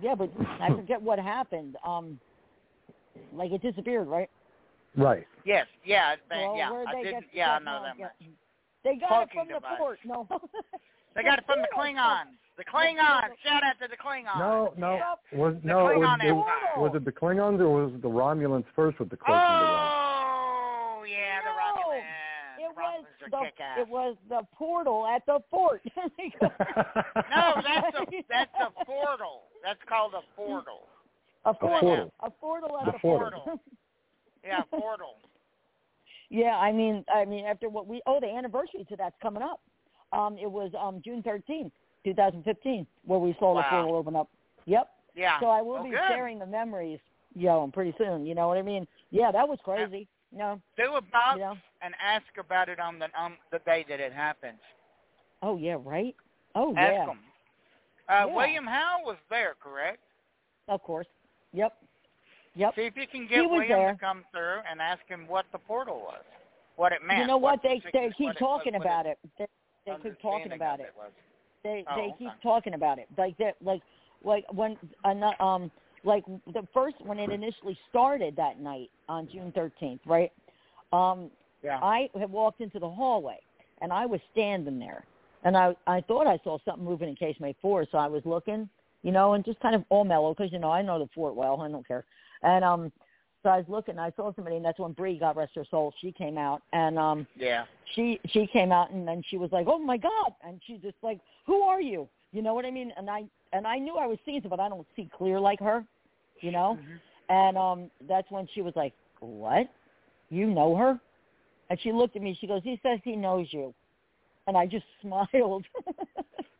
Speaker 6: Yeah, but I forget what happened. Um, like it disappeared, right?
Speaker 5: right.
Speaker 7: Yes, yeah, it-
Speaker 6: well,
Speaker 7: yeah.
Speaker 6: where'd
Speaker 7: I
Speaker 6: they
Speaker 7: didn't,
Speaker 6: get the
Speaker 7: yeah, I know that
Speaker 6: technology?
Speaker 7: much.
Speaker 6: They got
Speaker 7: Cloaking
Speaker 6: it from
Speaker 7: device.
Speaker 6: the port. No.
Speaker 7: They got it from the
Speaker 6: Portal.
Speaker 7: Klingons. The Klingons. Shout out to the Klingons.
Speaker 5: No, no,
Speaker 7: Yeah.
Speaker 5: was
Speaker 7: The
Speaker 5: no, it was,
Speaker 7: Klingon
Speaker 5: it,
Speaker 7: Empire.
Speaker 6: Oh.
Speaker 5: was it the Klingons or was it the Romulans first with the cloaking device?
Speaker 7: Oh, yeah, the
Speaker 6: No.
Speaker 7: Romulans.
Speaker 6: It
Speaker 7: the
Speaker 6: was
Speaker 7: Romulans are
Speaker 6: the
Speaker 7: kick-ass.
Speaker 6: it was the portal at the fort. Oh.
Speaker 7: No, that's a that's a portal. That's called a portal.
Speaker 6: a portal.
Speaker 5: portal.
Speaker 6: A portal at
Speaker 5: The
Speaker 6: the, fort.
Speaker 7: portal. Yeah, portal.
Speaker 6: yeah, I mean, I mean, after what we oh, the anniversary to that's coming up. Um, it was um June thirteenth, two thousand fifteen, where we saw
Speaker 7: Wow.
Speaker 6: the portal open up. Yep.
Speaker 7: Yeah.
Speaker 6: So I will
Speaker 7: Oh,
Speaker 6: be
Speaker 7: good.
Speaker 6: sharing the memories, yo, and pretty soon. You know what I mean? Yeah, that was crazy. No,
Speaker 7: Do a box
Speaker 6: you know.
Speaker 7: and ask about it on the on the day that it happens.
Speaker 6: Oh yeah, right. Oh
Speaker 7: Ask
Speaker 6: yeah,
Speaker 7: 'em.
Speaker 6: Yeah.
Speaker 7: Uh, William Howe was there, correct?
Speaker 6: of course. Yep. Yep.
Speaker 7: See if you can get
Speaker 6: He was
Speaker 7: William
Speaker 6: there.
Speaker 7: to come through and ask him what the portal was, what it meant.
Speaker 6: you know what? They
Speaker 7: the
Speaker 6: they
Speaker 7: sig-
Speaker 6: keep
Speaker 7: what it-
Speaker 6: talking
Speaker 7: what
Speaker 6: about
Speaker 7: its
Speaker 6: it. They, they keep talking
Speaker 7: understanding
Speaker 6: about
Speaker 7: of
Speaker 6: it.
Speaker 7: was.
Speaker 6: They
Speaker 7: Oh,
Speaker 6: they
Speaker 7: okay.
Speaker 6: keep talking about it. Like that. Like like when ano- um like the first when it initially started that night on June thirteenth, right? Um,
Speaker 7: Yeah.
Speaker 6: I had walked into the hallway and I was standing there and I I thought I saw something moving in case May four, so I was looking, you know, and just kind of all mellow because you know I know the fort well, I don't care, and um, so I was looking, and I saw somebody, and that's when Bree, God rest her soul, she came out and um
Speaker 7: yeah.
Speaker 6: she she came out and then she was like, "Oh my god!" and she just like, "Who are you?" You know what I mean? And I and I knew I was seeing something, but I don't see clear like her, you know. And um, that's when she was like, "What? You know her?" And she looked at me. She goes, "He says he knows you," and I just smiled.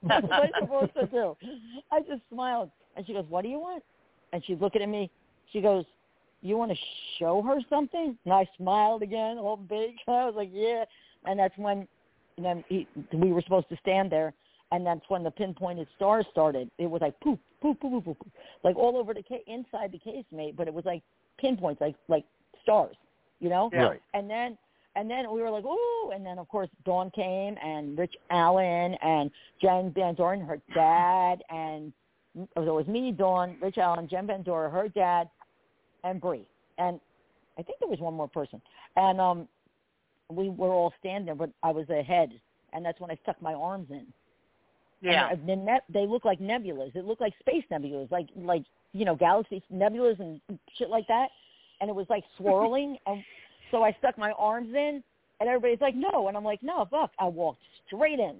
Speaker 6: what am I supposed to do? I just smiled, and she goes, "What do you want?" And she's looking at me. She goes, "You want to show her something?" And I smiled again, all big. I was like, "Yeah." and that's when and then he, we were supposed to stand there and that's when the pinpointed stars started it was like poof poof poof poof poof poof, like all over the ca- inside the casemate but it was like pinpoints like like stars you know
Speaker 7: Yeah.
Speaker 5: Right.
Speaker 6: and then and then we were like ooh and then of course dawn came and rich allen and jen van doren her dad and it was always me dawn rich allen jen van doren her dad and bree and i think there was one more person and um we were all standing there, but I was ahead, and that's when I stuck my arms in.
Speaker 7: Yeah.
Speaker 6: And the ne- they look like nebulas. It looked like space nebulas, like like you know galaxy nebulas and shit like that. And it was like swirling, and so I stuck my arms in, and everybody's like, "No," and I'm like, "No, fuck!" I walked straight in.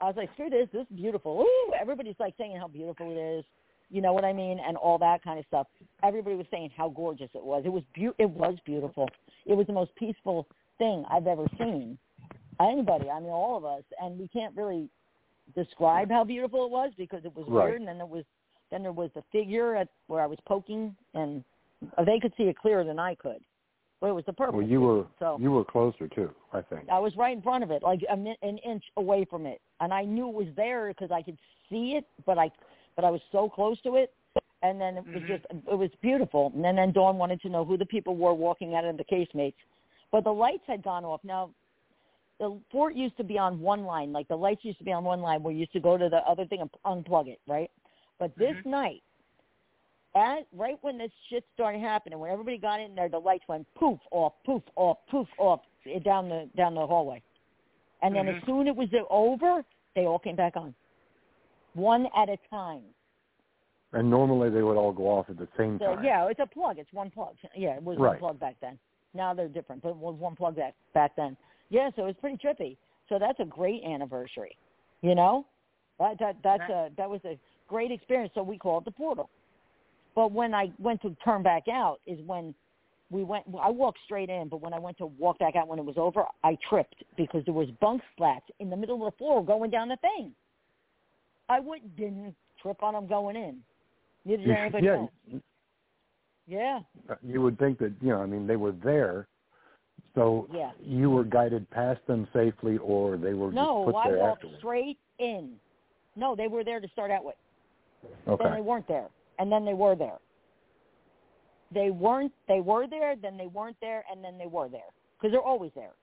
Speaker 6: I was like, "Screw this! This is beautiful." Ooh, everybody's like saying how beautiful it is, you know what I mean, and all that kind of stuff. Everybody was saying how gorgeous it was. It was beau- It was beautiful. it was the most peaceful thing I've ever seen. Anybody, I mean, all of us, and we can't really describe how beautiful it was because it was
Speaker 5: Right.
Speaker 6: weird. And then there was then there was the figure at where I was poking, and they could see it clearer than I could. But it was the purple.
Speaker 5: Well, you were
Speaker 6: So-
Speaker 5: you were closer too, I think.
Speaker 6: I was right in front of it, like a min- an inch away from it, and I knew it was there because I could see it, but I, but I was so close to it, and then it was
Speaker 7: Mhm.
Speaker 6: just it was beautiful. And then, then Dawn wanted to know who the people were walking out of the casemates, but the lights had gone off. Now, the fort used to be on one line, like the lights used to be on one line. We used to go to the other thing and unplug it, right? But this night, as right when this shit started happening, when everybody got in there, the lights went poof off, poof off, poof off eh, down the down the hallway, and then as soon as it was over, they all came back on, one at a time.
Speaker 5: And normally they would all go off at the same
Speaker 6: So
Speaker 5: time.
Speaker 6: yeah, it's a plug. It's one plug. Yeah, it was one
Speaker 5: Right.
Speaker 6: plug back then. Now they're different, but it was one plug back back then. Yeah, so it was pretty trippy. So that's a great anniversary. You know, that that that's a that was a great experience. So we called the portal. But when I went to turn back out is when we went. I walked straight in, but when I went to walk back out when it was over, I tripped because there was bunk slats in the middle of the floor going down the thing. I would didn't trip on them going in. Neither did
Speaker 5: You-
Speaker 6: anybody
Speaker 5: yeah,
Speaker 6: else. Yeah.
Speaker 5: you would think that you know. I mean, they were there, so
Speaker 6: Yeah.
Speaker 5: you were guided past them safely, or they were
Speaker 6: No,
Speaker 5: just put
Speaker 6: I
Speaker 5: there
Speaker 6: walked
Speaker 5: afterwards.
Speaker 6: straight in. No, they were there to start out with. Then they
Speaker 5: Okay,
Speaker 6: weren't there, and then they were there. They weren't. They were there. Then they weren't there, and then they were there because they're always there.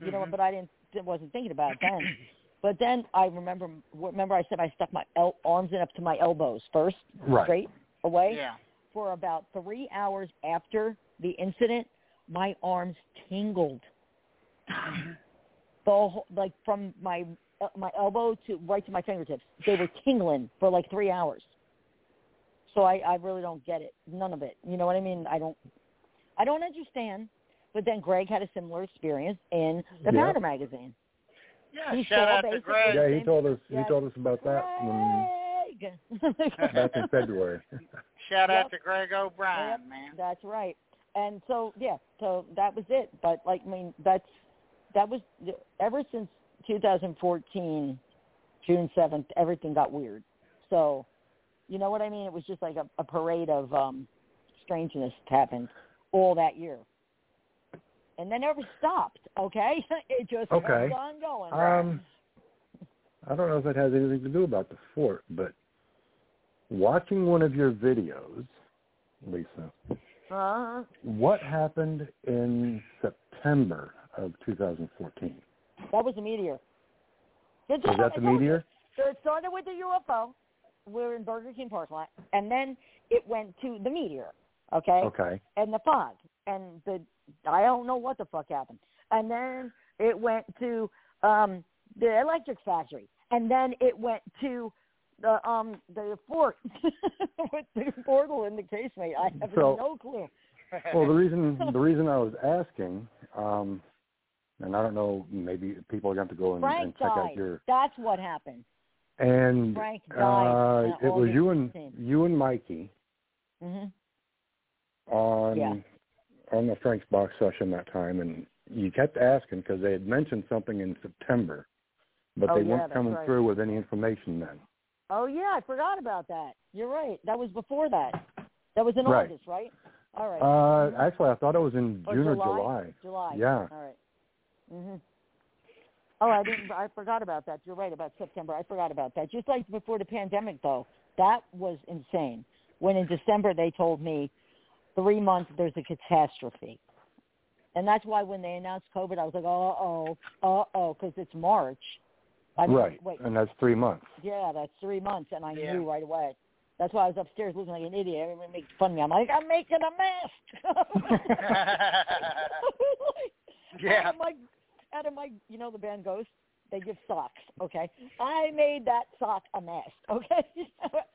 Speaker 6: You know.
Speaker 7: Mm-hmm.
Speaker 6: But I didn't. Wasn't thinking about it then. but then I remember. Remember, I said I stuck my el- arms in up to my elbows first,
Speaker 5: right.
Speaker 6: straight away.
Speaker 7: Yeah.
Speaker 6: for about three hours after the incident, my arms tingled. the whole, like from my uh, my elbow to right to my fingertips, they were tingling for like three hours. So I, I really don't get it, none of it. You know what I mean? I don't, I don't understand. But then Greg had a similar experience in the
Speaker 5: Yeah.
Speaker 6: Powder magazine.
Speaker 7: Yeah.
Speaker 6: You
Speaker 7: shout
Speaker 6: saw
Speaker 7: out to
Speaker 6: basically-
Speaker 7: Greg.
Speaker 5: Yeah, he told us.
Speaker 6: Yeah.
Speaker 5: He told us about that when,
Speaker 6: Greg.
Speaker 5: back in February.
Speaker 7: Shout
Speaker 6: Yep.
Speaker 7: out to Greg O'Brien,
Speaker 6: Yep,
Speaker 7: man.
Speaker 6: That's right. And so yeah, so that was it. But like I mean, that's that was ever since 2014, June 7th, everything got weird. So you know what I mean? It was just like a, a parade of um strangeness happened all that year. And then never stopped, okay? It just
Speaker 5: Okay.
Speaker 6: kept on going.
Speaker 5: Um, I don't know if it has anything to do about the fort, but watching one of your videos, Lisa,
Speaker 6: Uh-huh.
Speaker 5: what happened in September of 2014?
Speaker 6: That was a meteor. Did you
Speaker 5: Was
Speaker 6: know
Speaker 5: that
Speaker 6: I
Speaker 5: the
Speaker 6: told you?
Speaker 5: meteor?
Speaker 6: So it started with the UFO. We were in Burger King parking lot, and then it went to the meteor, okay,
Speaker 5: Okay.
Speaker 6: and the fog, and the I don't know what the fuck happened, and then it went to um the electric factory, and then it went to the um the fort with the portal in the casemate. I have
Speaker 5: So-
Speaker 6: no clue.
Speaker 5: Well, the reason the reason I was asking, um, and I don't know, maybe people are going to have to go and,
Speaker 6: Frank
Speaker 5: and check
Speaker 6: died.
Speaker 5: out your
Speaker 6: That's what happened.
Speaker 5: and
Speaker 6: Frank
Speaker 5: uh,
Speaker 6: died. on
Speaker 5: it was
Speaker 6: August
Speaker 5: you and
Speaker 6: 16th.
Speaker 5: you and Mikey
Speaker 6: Mhm.
Speaker 5: on
Speaker 6: Yeah.
Speaker 5: on the Frank's box session that time, and you kept asking because they had mentioned something in September, but
Speaker 6: Oh,
Speaker 5: they
Speaker 6: yeah,
Speaker 5: weren't
Speaker 6: that's
Speaker 5: coming
Speaker 6: right.
Speaker 5: through with any information then.
Speaker 6: Oh yeah, I forgot about that. You're right. That was before that. That was in
Speaker 5: Right.
Speaker 6: August, right? All right.
Speaker 5: Uh, actually, I thought it was in
Speaker 6: Or
Speaker 5: June
Speaker 6: July?
Speaker 5: or July.
Speaker 6: July.
Speaker 5: Yeah.
Speaker 6: All right. Mhm. Oh, I didn't. I forgot about that. You're right about September. I forgot about that. Just like before the pandemic, though, that was insane. When in December they told me three months there's a catastrophe, and that's why when they announced COVID, I was like, uh oh, uh oh, because it's March. I mean,
Speaker 5: right,
Speaker 6: Wait,
Speaker 5: and that's three months.
Speaker 6: yeah, that's three months, and I
Speaker 7: Yeah.
Speaker 6: knew right away. That's why I was upstairs looking like an idiot. Everyone makes fun of me. I'm like, I'm making a mask.
Speaker 7: yeah.
Speaker 6: Out of my, out of my, you know, the band Ghost, they give socks. Okay, I made that sock a mask. Okay,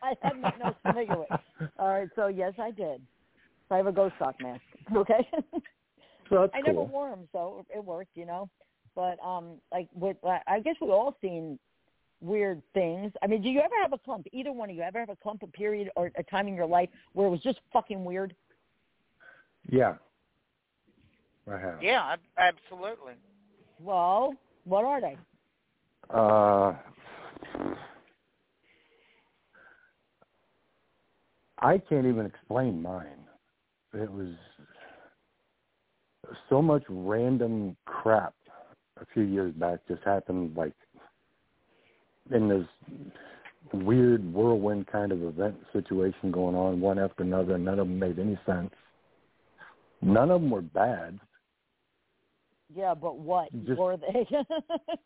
Speaker 6: I had nothing else to make it with. All right, so yes, I did. I have a ghost sock mask. Okay.
Speaker 5: So that's
Speaker 6: I
Speaker 5: cool.
Speaker 6: never wore them, so it worked, you know. But um, like with, I guess we all seen weird things. I mean, do you ever have a clump? Either one of you ever have a clump, a period, or a time in your life where it was just fucking weird?
Speaker 5: yeah, I have.
Speaker 7: Yeah, ab- absolutely.
Speaker 6: Well, what are they?
Speaker 5: Uh, I can't even explain mine. It was so much random crap a few years back just happened like in this weird whirlwind kind of event situation going on one after another and none of them made any sense. None of them were bad.
Speaker 6: Yeah, but what
Speaker 5: Just-
Speaker 6: were they?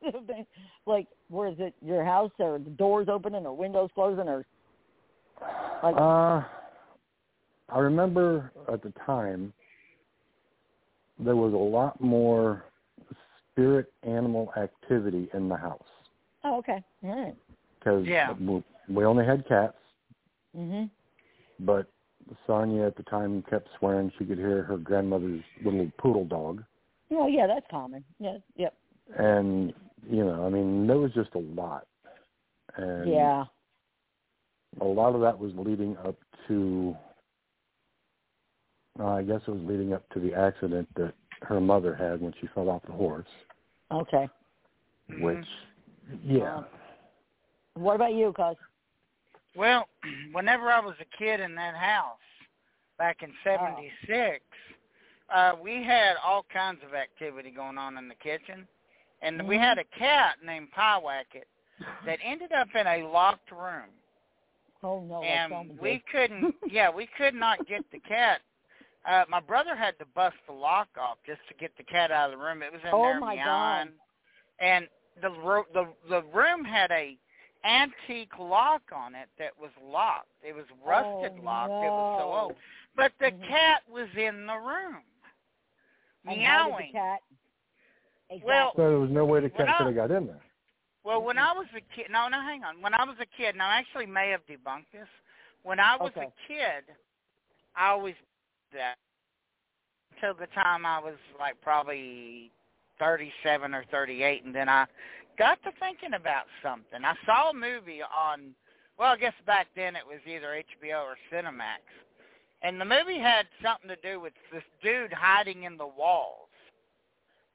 Speaker 6: They- like, was it your house or the doors opening or windows closing or Like-
Speaker 5: uh, I remember at the time there was a lot more spirit animal activity in the house
Speaker 6: oh, okay, all right,
Speaker 5: because
Speaker 7: Yeah.
Speaker 5: we, we only had cats,
Speaker 6: mhm,
Speaker 5: but Sonia at the time kept swearing she could hear her grandmother's little poodle dog,
Speaker 6: well, yeah, that's common, yeah, yep,
Speaker 5: and you know, I mean, there was just a lot, and
Speaker 6: yeah,
Speaker 5: a lot of that was leading up to uh, I guess it was leading up to the accident that her mother had when she fell off the horse,
Speaker 6: okay.
Speaker 7: Mm-hmm.
Speaker 5: which yeah.
Speaker 6: What about you, Cuz?
Speaker 7: Well, whenever I was a kid in that house back in '76, uh, we had all kinds of activity going on in the kitchen, and
Speaker 6: Mm-hmm.
Speaker 7: we had a cat named Pie Wacket that ended up in a locked room,
Speaker 6: Oh no, that sounds
Speaker 7: and
Speaker 6: good.
Speaker 7: Um, we couldn't. Yeah, we could not get the cat. Uh, my brother had to bust the lock off just to get the cat out of the room. It was in
Speaker 6: Oh,
Speaker 7: there
Speaker 6: my God.
Speaker 7: meowing, and the ro- the the room had a antique lock on it that was locked. It was rusted
Speaker 6: Oh,
Speaker 7: locked. It was so
Speaker 6: no.
Speaker 7: old. But the
Speaker 6: Mhm.
Speaker 7: cat was in the room
Speaker 6: And how did the
Speaker 7: meowing.
Speaker 6: cat?
Speaker 7: Well,
Speaker 5: So there was no way the cat
Speaker 7: Well,
Speaker 5: could have got in there.
Speaker 7: Well, when
Speaker 6: Mm-hmm.
Speaker 7: I was a kid, no, no, hang on. When I was a kid, and I actually may have debunked this. When I was
Speaker 6: Okay.
Speaker 7: a kid, I always did that until the time I was like probably thirty-seven or thirty-eight, and then I got to thinking about something. I saw a movie on, well, I guess back then it was either HBO or Cinemax, and the movie had something to do with this dude hiding in the walls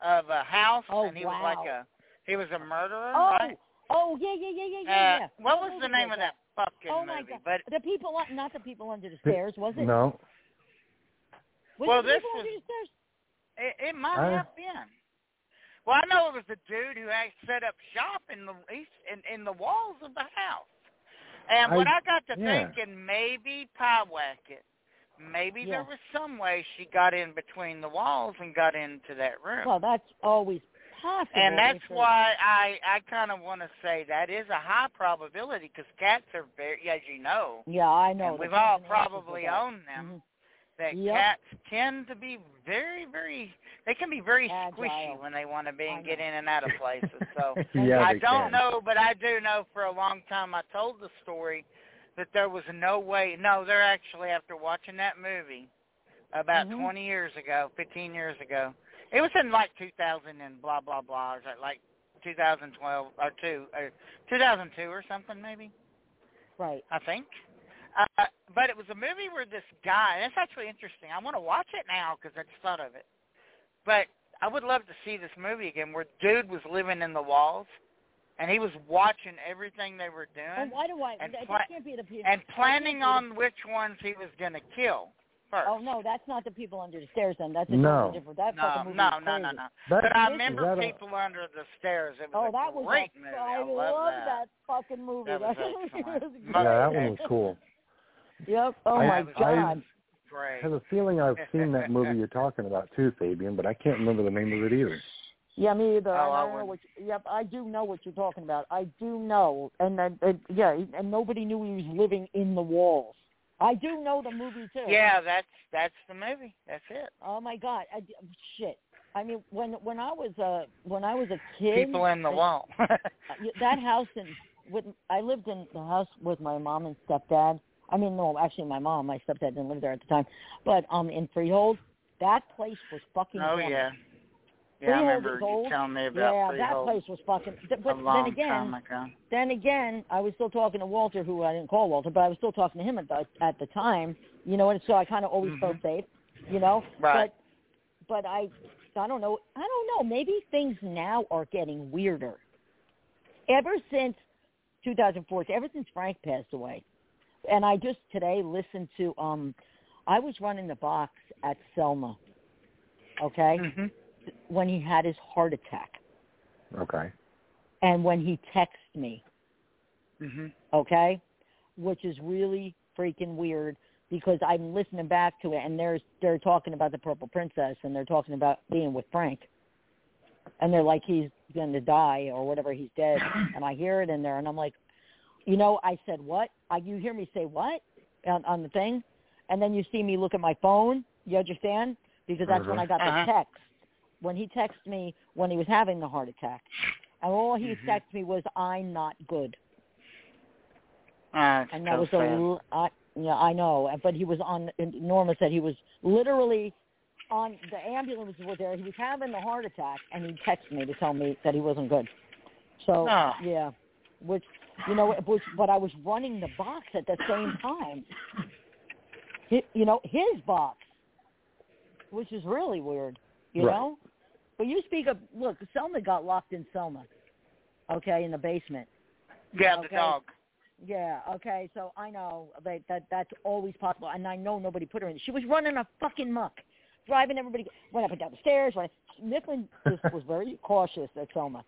Speaker 7: of a house,
Speaker 6: Oh,
Speaker 7: and he was
Speaker 6: wow.
Speaker 7: like a he was a murderer,
Speaker 6: oh,
Speaker 7: right?
Speaker 6: oh yeah, yeah, yeah, yeah, yeah. yeah.
Speaker 7: Uh, what was the
Speaker 6: movie
Speaker 7: name
Speaker 6: was
Speaker 7: of that fucking
Speaker 6: Oh, my
Speaker 7: movie?
Speaker 6: God.
Speaker 7: But
Speaker 6: The people, un- not the people under the stairs, was it?
Speaker 5: No,
Speaker 6: Was
Speaker 7: Well,
Speaker 6: it the
Speaker 7: this
Speaker 6: people under
Speaker 7: is-
Speaker 6: the stairs?
Speaker 7: it, it might
Speaker 5: I-
Speaker 7: have been. Well, I know it was the dude who had set up shop in the east in, in the walls of the house. And when I,
Speaker 5: I-
Speaker 7: got to
Speaker 5: yeah.
Speaker 7: thinking, maybe Pie Wacket, maybe
Speaker 6: Yeah.
Speaker 7: there was some way she got in between the walls and got into that room.
Speaker 6: Well, that's always possible.
Speaker 7: and that's
Speaker 6: if it-
Speaker 7: why I I kind of want to say that is a high probability because cats are very, as you know,
Speaker 6: Yeah, I know.
Speaker 7: and
Speaker 6: there's
Speaker 7: we've all
Speaker 6: nothing else to
Speaker 7: probably
Speaker 6: that.
Speaker 7: owned them.
Speaker 6: Mhm.
Speaker 7: that
Speaker 6: Yep.
Speaker 7: cats tend to be very, very. They can be very
Speaker 6: Agile.
Speaker 7: squishy when they want to be
Speaker 6: I
Speaker 7: and get
Speaker 6: know.
Speaker 7: in and out of places. So
Speaker 5: yeah,
Speaker 7: I
Speaker 5: they
Speaker 7: don't
Speaker 5: can.
Speaker 7: know, but I do know for a long time I told the story that there was no way. No, they're actually after watching that movie about
Speaker 6: Mhm.
Speaker 7: 20 years ago, 15 years ago. It was in like 2000 and blah blah blah, or is it like 2012 or two or 2002 or something maybe.
Speaker 6: Right.
Speaker 7: I think. Uh, but it was a movie where this guy, that's actually interesting. I want to watch it now because I just thought of it. But I would love to see this movie again where dude was living in the walls and he was watching everything they were
Speaker 6: And
Speaker 7: doing
Speaker 6: why do I?
Speaker 7: And
Speaker 6: that,
Speaker 7: pla-
Speaker 6: that can't be the people.
Speaker 7: and
Speaker 6: that can't be
Speaker 7: planning
Speaker 6: the-
Speaker 7: on which ones he was going to kill first.
Speaker 6: Oh no, that's not the people under the stairs. Then that's a
Speaker 5: No.
Speaker 6: totally different. That
Speaker 7: no,
Speaker 6: fucking movie
Speaker 7: no,
Speaker 6: was
Speaker 7: no,
Speaker 6: crazy.
Speaker 7: no, no.
Speaker 5: That-
Speaker 7: But I
Speaker 5: is
Speaker 7: remember
Speaker 5: that uh, a-
Speaker 7: People Under the Stairs. It was
Speaker 6: Oh,
Speaker 7: a
Speaker 6: that was
Speaker 7: great
Speaker 6: a,
Speaker 7: movie.
Speaker 6: I,
Speaker 7: I,
Speaker 6: love that
Speaker 7: that.
Speaker 6: fucking movie.
Speaker 7: That was
Speaker 6: movie
Speaker 7: excellent.
Speaker 6: was
Speaker 5: yeah,
Speaker 7: Right.
Speaker 5: that
Speaker 6: great.
Speaker 5: one was cool.
Speaker 6: Yep. Oh
Speaker 5: I-
Speaker 6: my
Speaker 5: I-
Speaker 6: god.
Speaker 5: I
Speaker 7: Great.
Speaker 5: have a feeling I've seen that movie you're talking about too, Fabian, but I can't remember the name of it either.
Speaker 6: Yeah, me either.
Speaker 7: Oh,
Speaker 6: and
Speaker 7: I
Speaker 6: I, don't know
Speaker 7: wouldn't.
Speaker 6: what. You, yep, I do know what you're talking about. I do know, and then and, yeah, and nobody knew he was living in the walls. I do know the movie too.
Speaker 7: Yeah, that's that's the movie. That's it.
Speaker 6: Oh my god. I, d- shit. I mean, when when I was a when I was a kid,
Speaker 7: People in the
Speaker 6: it-
Speaker 7: wall.
Speaker 6: uh, that house in with I lived in the house with my mom and stepdad. I mean, no, actually, my mom, my stepdad didn't live there at the time, but um, in Freehold, that place was fucking.
Speaker 7: Oh
Speaker 6: haunted.
Speaker 7: yeah. Yeah, I
Speaker 6: Freehold
Speaker 7: remember
Speaker 6: is
Speaker 7: you
Speaker 6: old.
Speaker 7: telling me about
Speaker 6: yeah, that
Speaker 7: Freehold
Speaker 6: place was fucking. th- But
Speaker 7: a
Speaker 6: then
Speaker 7: long
Speaker 6: again,
Speaker 7: time ago.
Speaker 6: then again, I was still talking to Walter, who I didn't call Walter, but I was still talking to him at the at the time. You know, and so I kind of always felt safe. You know,
Speaker 7: Mm-hmm. Right.
Speaker 6: but but I, I don't know. I don't know. Maybe things now are getting weirder. Ever since 2014, ever since Frank passed away, and I just today listened to. um I was running the box at Selma. Okay,
Speaker 7: Mm-hmm.
Speaker 6: when he had his heart attack,
Speaker 5: Okay.
Speaker 6: and when he texted me,
Speaker 7: Mm-hmm.
Speaker 6: okay? Which is really freaking weird because I'm listening back to it and there's they're talking about the purple princess and they're talking about being with Frank. And they're like he's going to die or whatever he's dead and I hear it in there and I'm like you know I said what? I, you hear me say what on, on the thing and then you see me look at my phone, you understand? Because that's when I got the
Speaker 7: Uh-huh.
Speaker 6: text. When he texted me when he was having the heart attack. And all he
Speaker 7: Mhm.
Speaker 6: texted me was I'm not good
Speaker 7: Uh,
Speaker 6: and that was a l- I, yeah I know, and- but he was on enormous that he was literally on the ambulance was there. He was having a heart attack, and he texted me to tell me that he wasn't good. So
Speaker 7: Ah.
Speaker 6: yeah, which you know, which but I was running the box at the same time. Hi you know, his box, which is really weird. You
Speaker 5: Right.
Speaker 6: know, but you speak of look, Selma got locked in Selma, okay, in the basement.
Speaker 7: yeah, the
Speaker 6: okay.
Speaker 7: dog.
Speaker 6: Yeah. Okay. So I know that that that's always possible, and I know nobody put her in. She was running a fucking muck, driving everybody, went up and down the stairs. Went, Mifflin just was very cautious at Selma,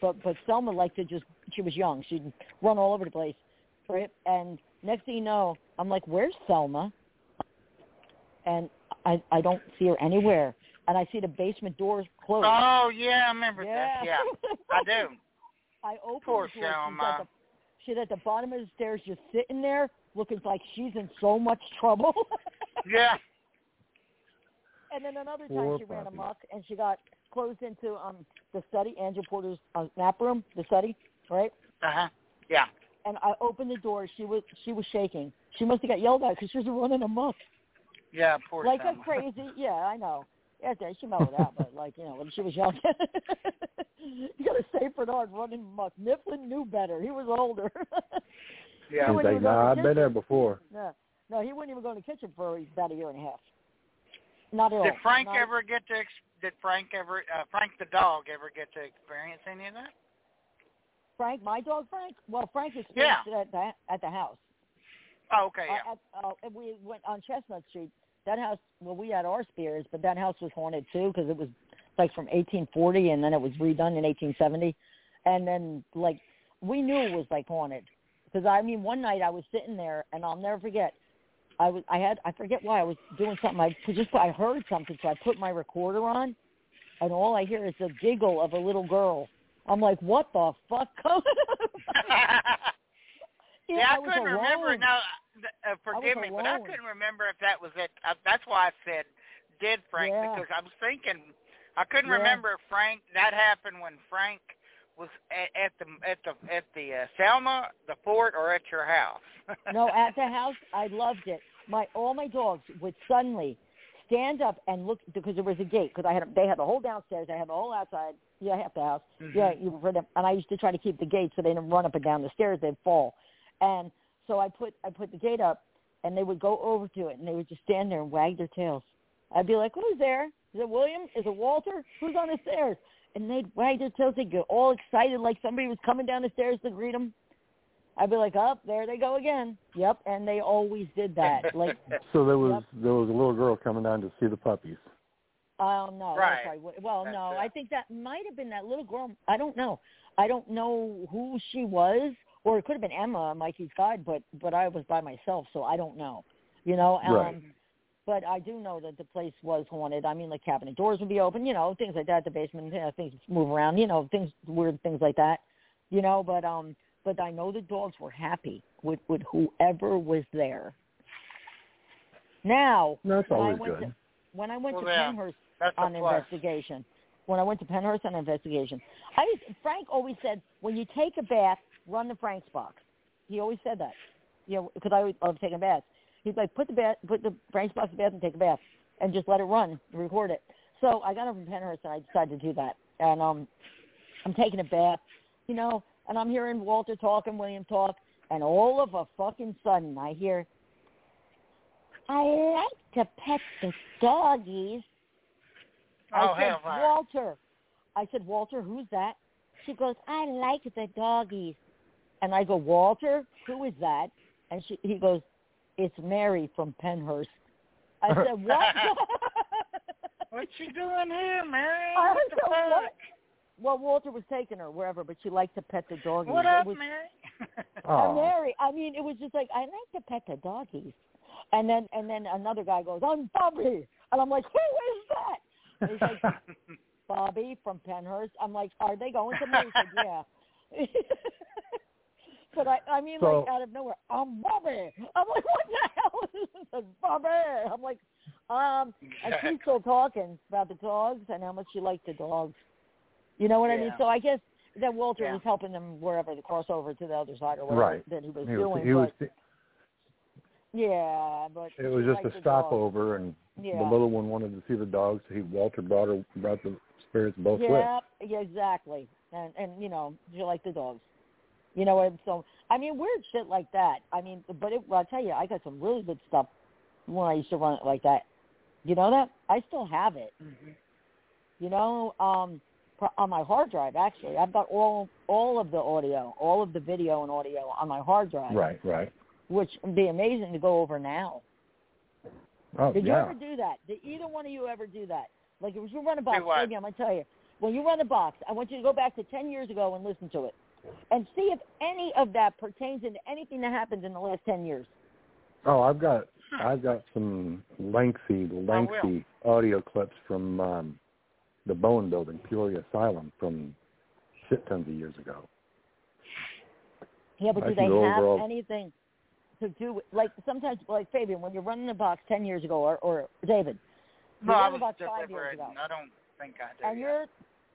Speaker 6: but but Selma liked to just. She was young. She'd run all over the place, right? And next thing you know, I'm like, "Where's Selma?" And I I don't see her anywhere, and I see the basement doors closed.
Speaker 7: Oh yeah, I remember that. Yeah, I do.
Speaker 6: I opened the door.
Speaker 7: Poor
Speaker 6: She's
Speaker 7: Selma.
Speaker 6: at, the, she's at the bottom of the stairs, just sitting there, looking like she's in so much trouble.
Speaker 7: Yeah.
Speaker 6: and then another time
Speaker 5: Poor
Speaker 6: she ran
Speaker 5: puppy.
Speaker 6: amok and she got closed into um the study, Andrew Porter's uh, nap room, the study, right?
Speaker 7: Uh huh. Yeah.
Speaker 6: And I opened the door. She was she was shaking. She must have got yelled at because she was running amok
Speaker 7: Yeah. Poor
Speaker 6: like
Speaker 7: Selma.
Speaker 6: a crazy. Yeah, I know. Yeah, yeah, she mellowed out, but like you know, when she was young, you got a Saint Bernard running amok. Mifflin knew better. He was older.
Speaker 7: Yeah.
Speaker 5: He's
Speaker 6: When he
Speaker 5: like,
Speaker 6: was on
Speaker 5: nah, I've
Speaker 6: the
Speaker 5: been there before.
Speaker 6: No, no, he wouldn't even go in the kitchen for about a year and a half. Not at all.
Speaker 7: Did Frank
Speaker 6: Not-
Speaker 7: ever get to? Ex- did Frank ever? Uh, Frank the dog ever get to experience any of that?
Speaker 6: Frank, my dog Frank. Well, Frank is
Speaker 7: Yeah.
Speaker 6: at the at the house.
Speaker 7: Oh, okay. Yeah.
Speaker 6: Uh, at, uh, and we went on Chestnut Street. That house, well, we had our spears, but that house was haunted too because it was like from 1840, and then it was redone in 1870, and then like we knew it was like haunted because I mean, one night I was sitting there, and I'll never forget. I was, I had, I forget why I was doing something. I put- just, I heard something, so I put my recorder on, and all I hear is the giggle of a little girl. I'm like, what the fuck? Uh-uh.
Speaker 7: Yeah, I, couldn't remember. Now, th- uh, forgive me, but I
Speaker 6: alone.
Speaker 7: couldn't remember if that was it. Uh, that's why I said did Frank
Speaker 6: Yeah.
Speaker 7: because I was thinking I couldn't
Speaker 6: Yeah.
Speaker 7: remember if Frank. That happened when Frank was at, at the at the at the uh, Selma, the fort, or at your house.
Speaker 6: no, at the house, I loved it. My all my dogs would suddenly stand up and look because there was a gate because I had they had the whole downstairs, I had the whole outside, yeah, half the house,
Speaker 7: Mm-hmm.
Speaker 6: yeah, you were them. And I used to try to keep the gate so they didn't run up and down the stairs; they'd fall. And so I put I put the gate up, and they would go over to it, and they would just stand there and wag their tails. I'd be like, "Who's there? Is it William? Is it Walter? Who's on the stairs?" And they'd wag their tails. They'd get all excited, like somebody was coming down the stairs to greet them. I'd be like, "Up there they go again." Yep, and they always did that. Like
Speaker 5: So there was there was a little girl coming down to see the puppies.
Speaker 6: I don't know.
Speaker 7: Right.
Speaker 6: That's right. Well,
Speaker 7: That's
Speaker 6: no,
Speaker 7: it.
Speaker 6: I think that might have been that little girl. I don't know. I don't know who she was, or it could have been Emma, Mikey's guide, but but I was by myself, so I don't know. You know, um,
Speaker 5: Right.
Speaker 6: but I do know that the place was haunted. I mean, like cabinet doors would be open, you know, things like that. The basement, you know, things move around, you know, things weird things like that, you know. But um, but I know the dogs were happy with with whoever was there. Now,
Speaker 5: No, that's
Speaker 6: when I
Speaker 5: always
Speaker 6: went
Speaker 5: good.
Speaker 6: to when I went
Speaker 7: Well,
Speaker 6: to
Speaker 7: yeah.
Speaker 6: Penhurst
Speaker 7: That's a
Speaker 6: on
Speaker 7: plus.
Speaker 6: investigation. When I went to Penhurst on investigation, I used, Frank always said, when you take a bath, run the Frank's box. He always said that, you know, because I always love taking baths. He's like, put the bath, put the Frank's box in the bath and take a bath, and just let it run, record it. So I got it from Penhurst, and I decided to do that. And um, I'm taking a bath, you know, and I'm hearing Walter talk and William talk, and all of a fucking sudden, I hear, I like to pet the doggies.
Speaker 7: Oh,
Speaker 6: I said,
Speaker 7: hell, fire.
Speaker 6: Walter. I said, Walter, who's that? She goes, I like the doggies. And I go, Walter, who is that? And she, he goes, it's Mary from Penhurst. I said, what?
Speaker 7: What you doing here, Mary?
Speaker 6: I
Speaker 7: What the
Speaker 6: said,
Speaker 7: fuck?
Speaker 6: what? well, Walter was taking her wherever, but she liked to pet the doggies.
Speaker 7: What
Speaker 6: It
Speaker 7: up,
Speaker 6: was-
Speaker 7: Mary?
Speaker 6: I'm
Speaker 5: Oh,
Speaker 6: Mary. I mean, it was just like I like to pet the doggies, and then and then another guy goes, "I'm Bobby," and I'm like, "Who is that?" He's like, "Bobby from Penhurst." I'm like, "Are they going to me?" He's like, "Yeah." but I, I mean,
Speaker 5: So-
Speaker 6: like out of nowhere, I'm Bobby. I'm like, "What the hell is this, Bobby?" I'm like, um, and she's still talking about the dogs and how much she liked the dogs. You know what I mean?
Speaker 7: Yeah.
Speaker 6: So I guess that Walter
Speaker 7: Yeah.
Speaker 6: was helping them wherever to cross over to the other side or whatever
Speaker 5: Right.
Speaker 6: that he was
Speaker 5: he was,
Speaker 6: doing.
Speaker 5: he was,
Speaker 6: but, yeah, but
Speaker 5: it was
Speaker 6: she
Speaker 5: just
Speaker 6: liked
Speaker 5: a
Speaker 6: the dogs.
Speaker 5: stopover, and
Speaker 6: Yeah.
Speaker 5: the little one wanted to see the dogs. So he Walter brought her, brought the spirits both
Speaker 6: yeah,
Speaker 5: with.
Speaker 6: yeah, exactly. And and you know, you like the dogs. You know what I'm so I mean, weird shit like that. I mean but it I'll tell you, I got some really good stuff when I used to run it like that. You know that? I still have it.
Speaker 5: Mm-hmm.
Speaker 6: You know, um pro- on my hard drive actually. I've got all all of the audio, all of the video and audio on my hard drive.
Speaker 5: Right, right.
Speaker 6: Which would be amazing to go over now.
Speaker 5: Oh,
Speaker 6: Did
Speaker 5: yeah.
Speaker 6: you ever do that? Did either one of you ever do that? Like if you run a box,
Speaker 7: Do what?
Speaker 6: maybe I'm gonna tell you. When you run a box, I want you to go back to ten years ago and listen to it, and see if any of that pertains into anything that happened in the last ten years.
Speaker 5: Oh, I've got I've got some lengthy, lengthy audio clips from um, the Bowen Building, Peoria Asylum, from shit tons of years ago.
Speaker 6: Yeah, but
Speaker 5: I
Speaker 6: do
Speaker 5: can
Speaker 6: they
Speaker 5: go
Speaker 6: have
Speaker 5: over all-
Speaker 6: anything to do with like sometimes like Fabian when you're running a box ten years ago or or David,
Speaker 7: No,
Speaker 6: you
Speaker 7: I
Speaker 6: run a
Speaker 7: was
Speaker 6: box five years
Speaker 7: deliberating.
Speaker 6: ago.
Speaker 7: I don't think I do.
Speaker 6: and
Speaker 7: yet.
Speaker 6: you're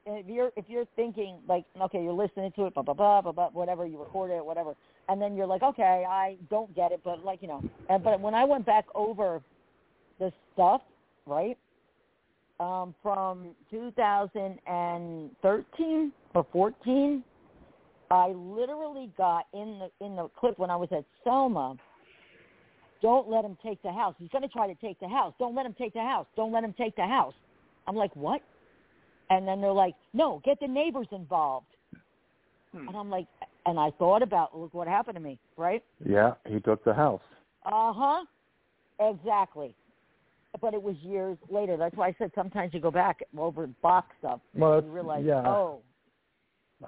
Speaker 6: if you're if you're thinking like okay you're listening to it blah blah blah blah blah whatever you record it whatever and then you're like okay I don't get it but like you know and, but when I went back over the stuff right um, from 2013 or 14 I literally got in the in the clip when I was at Selma don't let him take the house he's going to try to take the house don't let him take the house don't let him take the house I'm like what and then they're like, no, get the neighbors involved.
Speaker 7: Hmm.
Speaker 6: And I'm like, and I thought about, look what happened to me, right?
Speaker 5: Yeah, he took the house.
Speaker 6: Uh huh. Exactly. But it was years later. That's why I said sometimes you go back over box stuff
Speaker 5: Well,
Speaker 6: and you
Speaker 5: that's-
Speaker 6: realize,
Speaker 5: yeah,
Speaker 6: oh,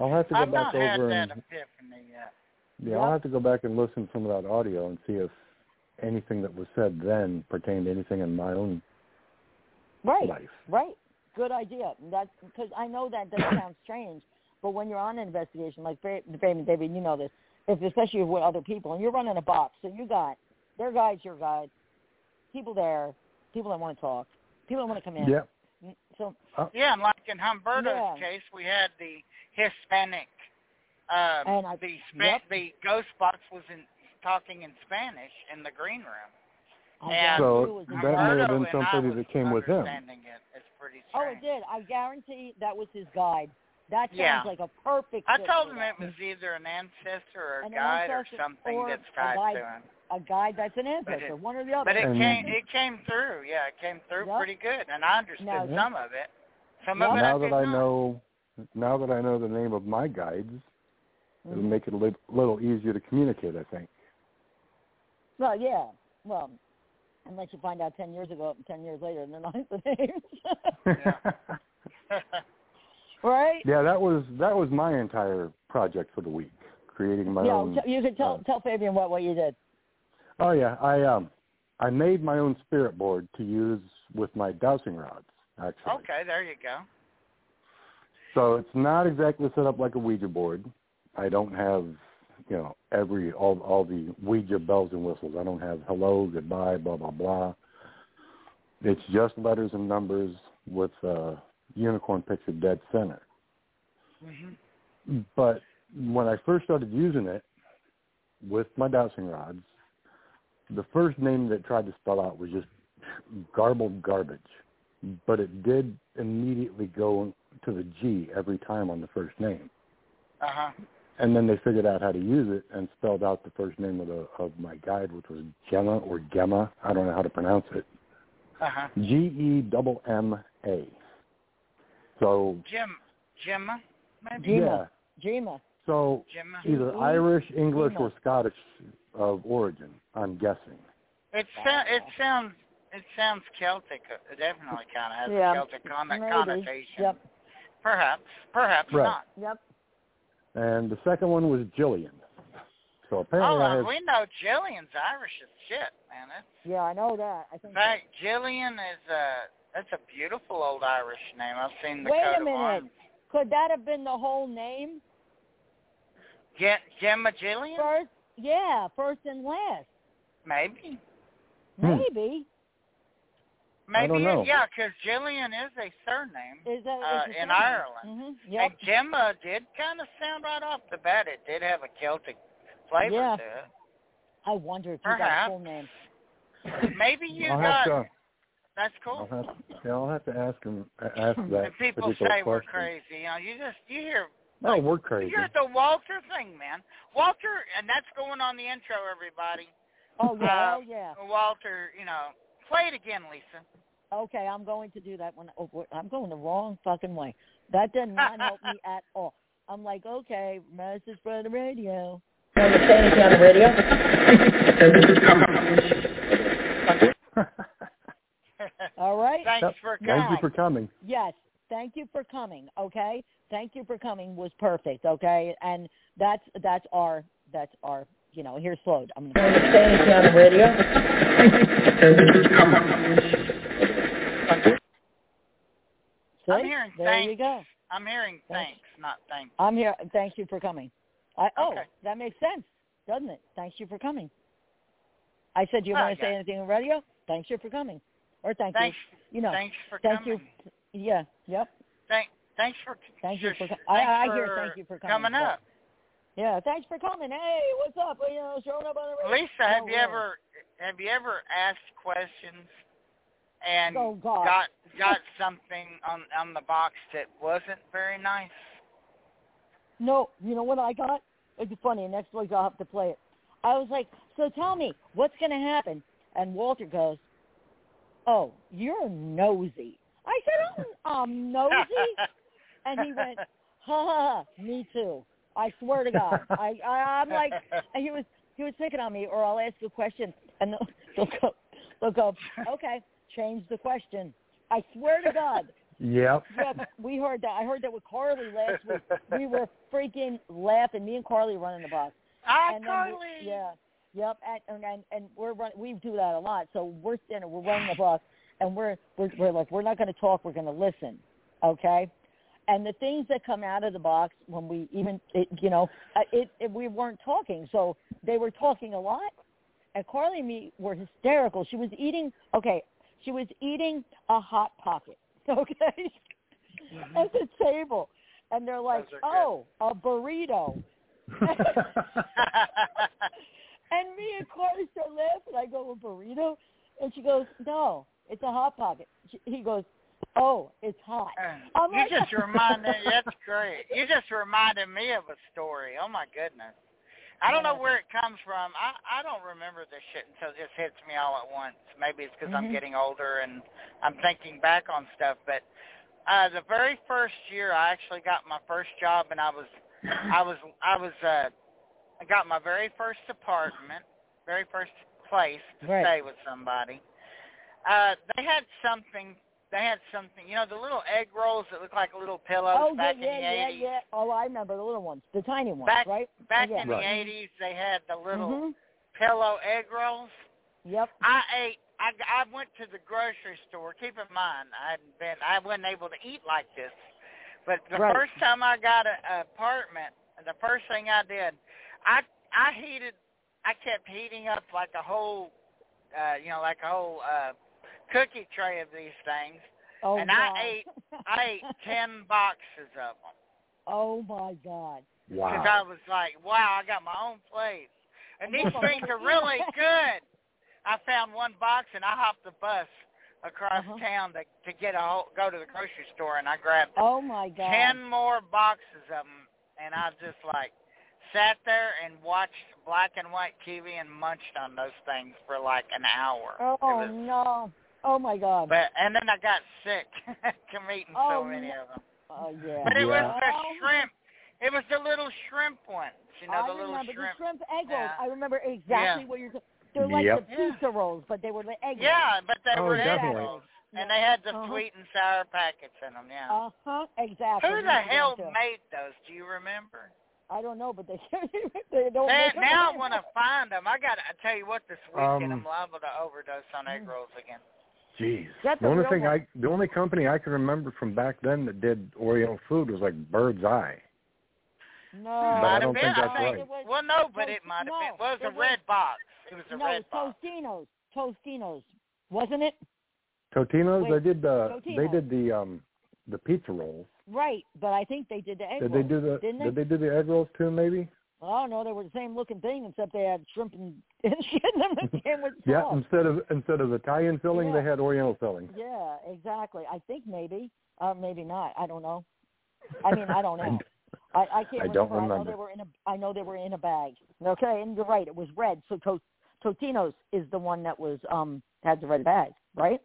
Speaker 5: I'll have to go
Speaker 7: I've
Speaker 5: back
Speaker 7: not had
Speaker 5: over
Speaker 7: that
Speaker 5: and
Speaker 7: epiphany yet.
Speaker 5: yeah,
Speaker 6: Yep.
Speaker 5: I'll have to go back and listen to some of that audio and see if anything that was said then pertained to anything in my own
Speaker 6: right,
Speaker 5: life.
Speaker 6: right. Good idea. That's because I know that does sound strange, but when you're on an investigation, like Fa- Damon, David, you know this, if especially with other people, and you're running a box, so you got their guides, your guide, people there, people that want to talk, people that want to come in. Mm,
Speaker 5: Yeah.
Speaker 6: So
Speaker 7: Yeah, and like in Humberto's
Speaker 6: Yeah.
Speaker 7: case, we had the Hispanic, um,
Speaker 6: And I-
Speaker 7: the Spa-
Speaker 6: Oh, yep.
Speaker 7: the ghost box was in talking in Spanish in the green room.
Speaker 6: I
Speaker 7: Yeah.
Speaker 6: guarantee
Speaker 5: So
Speaker 6: it was
Speaker 5: That
Speaker 6: his guy.
Speaker 5: may have
Speaker 7: Humberto
Speaker 5: been
Speaker 7: and I
Speaker 5: somebody
Speaker 7: was
Speaker 5: that came with him.
Speaker 7: understanding It. It's pretty
Speaker 6: Oh, it
Speaker 7: strange.
Speaker 6: did. I guarantee that was his guide. That sounds
Speaker 7: Yeah.
Speaker 6: like a perfect.
Speaker 7: I
Speaker 6: fit
Speaker 7: told
Speaker 6: for
Speaker 7: him
Speaker 6: that.
Speaker 7: it was either an ancestor or a
Speaker 6: An
Speaker 7: guide or
Speaker 6: ancestor
Speaker 7: something
Speaker 6: or
Speaker 7: that's
Speaker 6: a
Speaker 7: tied
Speaker 6: guide.
Speaker 7: to him.
Speaker 6: a guide that's an
Speaker 7: But
Speaker 6: ancestor,
Speaker 7: it-
Speaker 6: one or the other.
Speaker 7: But it
Speaker 5: And-
Speaker 7: came it came through, yeah, it came through
Speaker 6: Yep.
Speaker 7: pretty good, and I understood
Speaker 6: Now-
Speaker 7: some of it. Some
Speaker 6: Yep.
Speaker 7: of it
Speaker 5: now
Speaker 7: I did
Speaker 5: that I
Speaker 7: not.
Speaker 5: know, now that I know the name of my guides, it'll
Speaker 7: Mm-hmm.
Speaker 6: Mhm.
Speaker 5: make it a li- little easier to communicate. I think.
Speaker 6: Well, yeah. Well, unless you find out ten years ago, ten years later, and they're not the names,
Speaker 7: Yeah.
Speaker 6: right?
Speaker 5: Yeah, that was that was my entire project for the week, creating my
Speaker 6: yeah,
Speaker 5: own.
Speaker 6: t- you could tell
Speaker 5: uh,
Speaker 6: tell Fabian what what you did.
Speaker 5: oh yeah, I um, I made my own spirit board to use with my dowsing rods. Actually,
Speaker 7: okay, there you go.
Speaker 5: so it's not exactly set up like a Ouija board. I don't have you know every all all the Ouija bells and whistles. I don't have hello, goodbye, blah blah blah. It's just letters and numbers with a unicorn picture dead center.
Speaker 7: hmm
Speaker 5: but when I first started using it with my dowsing rods, the first name that it tried to spell out was just garbled garbage. But it did immediately go to the G every time on the first name.
Speaker 7: Uh huh.
Speaker 5: And then they figured out how to use it and spelled out the first name of, the, of my guide, which was Gemma or
Speaker 7: uh-huh.
Speaker 5: Gemma. I don't know how to pronounce it.
Speaker 7: Uh huh.
Speaker 5: G E double M A. So
Speaker 7: Jim, Jim, maybe
Speaker 5: yeah,
Speaker 6: Jima. Jima.
Speaker 5: so
Speaker 7: Jim.
Speaker 5: either Irish, English, or Scottish of origin. I'm guessing.
Speaker 7: It sounds it sounds it sounds Celtic. uh, It definitely kind of has
Speaker 6: Yeah.
Speaker 7: a Celtic con-
Speaker 6: Maybe.
Speaker 7: connotation.
Speaker 6: Yep.
Speaker 7: Perhaps, perhaps
Speaker 5: Right.
Speaker 7: not.
Speaker 6: Yep.
Speaker 5: And the second one was Jillian. So
Speaker 7: Oh,
Speaker 5: apparently I have
Speaker 7: we know Jillian's Irish as shit, man. That's,
Speaker 6: Yeah, I know that. I
Speaker 7: in
Speaker 6: think.
Speaker 7: fact, Jillian is a that's a beautiful old Irish name. I've seen the
Speaker 6: Wait
Speaker 7: coat
Speaker 6: a
Speaker 7: of
Speaker 6: minute.
Speaker 7: arms.
Speaker 6: Could that have been the whole name
Speaker 7: Ge- Gemma Jillian,
Speaker 6: first? Yeah, first and last.
Speaker 7: maybe,
Speaker 5: Hmm.
Speaker 6: Maybe
Speaker 7: maybe,
Speaker 5: don't know.
Speaker 7: yeah, because Jillian is a surname.
Speaker 6: is that
Speaker 7: Uh, in Ireland.
Speaker 6: hmm Yep.
Speaker 7: And Gemma did kind of sound right off the bat. It did have a Celtic flavor
Speaker 6: Yeah.
Speaker 7: to it.
Speaker 6: I wonder if you got a
Speaker 7: Perhaps.
Speaker 6: full name.
Speaker 7: Maybe you
Speaker 5: I'll
Speaker 7: got.
Speaker 5: have to uh,
Speaker 7: That's cool.
Speaker 5: I'll have, yeah, I'll have to ask him ask that.
Speaker 7: And people
Speaker 5: particular
Speaker 7: say we're
Speaker 5: question.
Speaker 7: crazy. You know, you just you hear
Speaker 5: No, we're crazy.
Speaker 7: you're the Walter thing, man. Walter, and that's going on the intro, everybody.
Speaker 6: Oh yeah,
Speaker 7: Uh,
Speaker 6: oh yeah.
Speaker 7: Walter, you know, play it again, Lisa.
Speaker 6: Okay, I'm going to do that when oh, wait, I'm going the wrong fucking way. That did not help me at all. I'm like, okay, message for the radio. All right.
Speaker 7: Thanks
Speaker 5: Yep.
Speaker 7: for
Speaker 5: Thank you
Speaker 7: coming.
Speaker 5: for coming.
Speaker 6: Yes. Thank you for coming. Okay. Thank you for coming was perfect. Okay. And that's that's our that's our you know here's slowed. I'm gonna. See?
Speaker 7: I'm hearing
Speaker 6: there
Speaker 7: thanks.
Speaker 6: you go.
Speaker 7: I'm hearing
Speaker 6: Thanks.
Speaker 7: thanks, not thanks.
Speaker 6: I'm here. Thank you for coming. I, oh,
Speaker 7: Okay.
Speaker 6: that makes sense, doesn't it? Thank you for coming. I said, do you
Speaker 7: Oh,
Speaker 6: want to
Speaker 7: yeah.
Speaker 6: say anything on radio? Thanks you for coming, or thank
Speaker 7: Thanks.
Speaker 6: you. You know,
Speaker 7: Thanks for
Speaker 6: thank
Speaker 7: coming.
Speaker 6: you. Yeah. Yep.
Speaker 7: Thank, thanks for.
Speaker 6: Thank you
Speaker 7: just-
Speaker 6: for co- I- I-
Speaker 7: thanks
Speaker 6: I hear
Speaker 7: for
Speaker 6: thank you for coming, but-
Speaker 7: up.
Speaker 6: Yeah. Thanks for coming. Hey, what's up? You know, showing up on the radio.
Speaker 7: Lisa, have
Speaker 6: Oh,
Speaker 7: you
Speaker 6: really?
Speaker 7: ever have you ever asked questions and
Speaker 6: Oh, God.
Speaker 7: got got something on on the box that wasn't very nice?
Speaker 6: No, you know what I got? It'd be funny. Next week I'll have to play it. I was like, so tell me, what's going to happen? And Walter goes, oh, you're nosy. I said, I'm, I'm nosy? And he went, ha, ha, me too. I swear to God. I, I, I'm like, and he was, he was picking on me, or I'll ask a question, and they'll, they'll go, they'll go, okay, change the question. I swear to God.
Speaker 5: Yep.
Speaker 6: Yep, we heard that. I heard that with Carly last week. We were freaking laughing. Me and Carly running the box.
Speaker 7: Ah,
Speaker 6: and then we-
Speaker 7: Carly.
Speaker 6: yeah, yep. And and- and and we're run, we do that a lot. So we're standing, we're running the box, and we're we're, we're like we're not going to talk. We're going to listen, okay? And the things that come out of the box when we even it, you know uh, it, it we weren't talking, so they were talking a lot. And Carly and me were hysterical. She was eating okay. She was eating a hot pocket. Okay, at the table, and they're like,
Speaker 7: Mm-hmm. Those
Speaker 6: "Oh,
Speaker 7: are
Speaker 6: a burrito." And me and Corey start laughing. I go, a burrito? And she goes, no, it's a Hot Pocket. She, he goes, oh, it's hot. I'm
Speaker 7: Uh, you
Speaker 6: like-
Speaker 7: just reminded me. That's great. You just reminded me of a story. Oh my goodness. I don't know where it comes from. I I don't remember this shit until it just hits me all at once. Maybe it's because
Speaker 6: Mhm.
Speaker 7: I'm getting older and I'm thinking back on stuff. But uh the very first year I actually got my first job, and I was I was I was uh I got my very first apartment, very first place to
Speaker 6: Right.
Speaker 7: stay with somebody. Uh they had something they had something you know, the little egg rolls that look like little pillows
Speaker 6: Oh, yeah,
Speaker 7: back
Speaker 6: yeah,
Speaker 7: in the
Speaker 6: yeah,
Speaker 7: eighties.
Speaker 6: yeah. Oh, I remember the little ones, the tiny ones,
Speaker 7: Back-
Speaker 6: right?
Speaker 7: Back
Speaker 6: Yeah.
Speaker 7: in the
Speaker 5: Right.
Speaker 7: eighties they had the little
Speaker 6: hmm
Speaker 7: pillow egg rolls.
Speaker 6: Yep.
Speaker 7: I ate I I went to the grocery store. Keep in mind I hadn't been I wasn't able to eat like this. But the
Speaker 6: Right.
Speaker 7: first time I got a, a apartment, the first thing I did, I I heated I kept heating up like a whole uh you know, like a whole uh cookie tray of these things.
Speaker 6: Oh,
Speaker 7: and
Speaker 6: God.
Speaker 7: I ate I ate 10 boxes of them.
Speaker 6: Oh, my God.
Speaker 7: Because
Speaker 5: wow.
Speaker 7: I was like, wow, I got my own place. And these
Speaker 6: Yeah.
Speaker 7: things are really good. I found one box and I hopped the bus across
Speaker 6: Uh-huh.
Speaker 7: town to to get a whole, go to the grocery store and I grabbed
Speaker 6: Oh, my God.
Speaker 7: ten more boxes of them and I just like sat there and watched black and white TV and munched on those things for like an hour.
Speaker 6: oh,
Speaker 7: It was-
Speaker 6: no. Oh, my God.
Speaker 7: But and then I got sick from eating
Speaker 6: Oh,
Speaker 7: so many
Speaker 6: no.
Speaker 7: of them.
Speaker 6: Oh yeah. Oh,
Speaker 7: But it was the
Speaker 6: Well,
Speaker 7: shrimp. It was the little shrimp ones. You know,
Speaker 6: Oh, I
Speaker 7: the little
Speaker 6: remember
Speaker 7: shrimp.
Speaker 6: the shrimp egg rolls.
Speaker 7: Yeah.
Speaker 6: I remember exactly
Speaker 7: Yeah.
Speaker 6: what you're. t- They're like
Speaker 5: Yep.
Speaker 6: the pizza rolls, but they were the egg rolls.
Speaker 7: Yeah, but they
Speaker 8: Oh,
Speaker 7: were egg
Speaker 8: definitely.
Speaker 7: rolls. And they had the
Speaker 6: Uh-huh.
Speaker 7: sweet and sour packets in them, yeah.
Speaker 6: Uh huh. Exactly.
Speaker 7: Who
Speaker 6: That's what
Speaker 7: the
Speaker 6: I'm
Speaker 7: hell
Speaker 6: doing.
Speaker 7: made those? Do you remember?
Speaker 6: I don't know, but they they don't.
Speaker 7: Man,
Speaker 6: make 'em
Speaker 7: now I
Speaker 6: anymore.
Speaker 7: want to find them. I got. to I tell you what, this weekend
Speaker 8: Um,
Speaker 7: I'm liable to overdose on
Speaker 6: Mm.
Speaker 7: egg rolls again.
Speaker 5: Jeez.
Speaker 6: That's
Speaker 8: The
Speaker 6: a
Speaker 8: only
Speaker 6: real
Speaker 8: thing
Speaker 6: one.
Speaker 8: I, the only company I can remember from back then that did Oreo food was like Bird's Eye.
Speaker 6: No,
Speaker 8: But I
Speaker 7: Might
Speaker 8: don't
Speaker 7: have been.
Speaker 8: think that's
Speaker 7: I
Speaker 8: right.
Speaker 7: think, Well, no, but it might have
Speaker 6: No,
Speaker 7: been. Well, it was
Speaker 6: it
Speaker 7: a red box. It was a
Speaker 6: no,
Speaker 7: red
Speaker 6: it's
Speaker 7: box.
Speaker 6: Tostinos. Tostinos, wasn't it?
Speaker 8: Totino's,
Speaker 6: Wait,
Speaker 8: they did the,
Speaker 6: Totino's.
Speaker 8: they did the, um, the pizza rolls.
Speaker 6: Right, but I think they did the egg
Speaker 8: Did they
Speaker 6: rolls.
Speaker 8: do the,
Speaker 6: didn't they?
Speaker 8: did they do the egg rolls too? Maybe.
Speaker 6: Oh no, they were the same looking thing, except they had shrimp and, and shit in them. and came with
Speaker 8: Yeah.
Speaker 6: sauce.
Speaker 8: Instead of instead of Italian filling,
Speaker 6: Yeah.
Speaker 8: they had Oriental filling.
Speaker 6: Yeah, exactly. I think maybe, uh, maybe not. I don't know. I mean, I don't know. I, I can't
Speaker 8: I don't
Speaker 6: I know
Speaker 8: remember.
Speaker 6: they were in a. I know they were in a bag. Okay, and you're right. It was red. So to- Totino's is the one that was um had the red bag, right?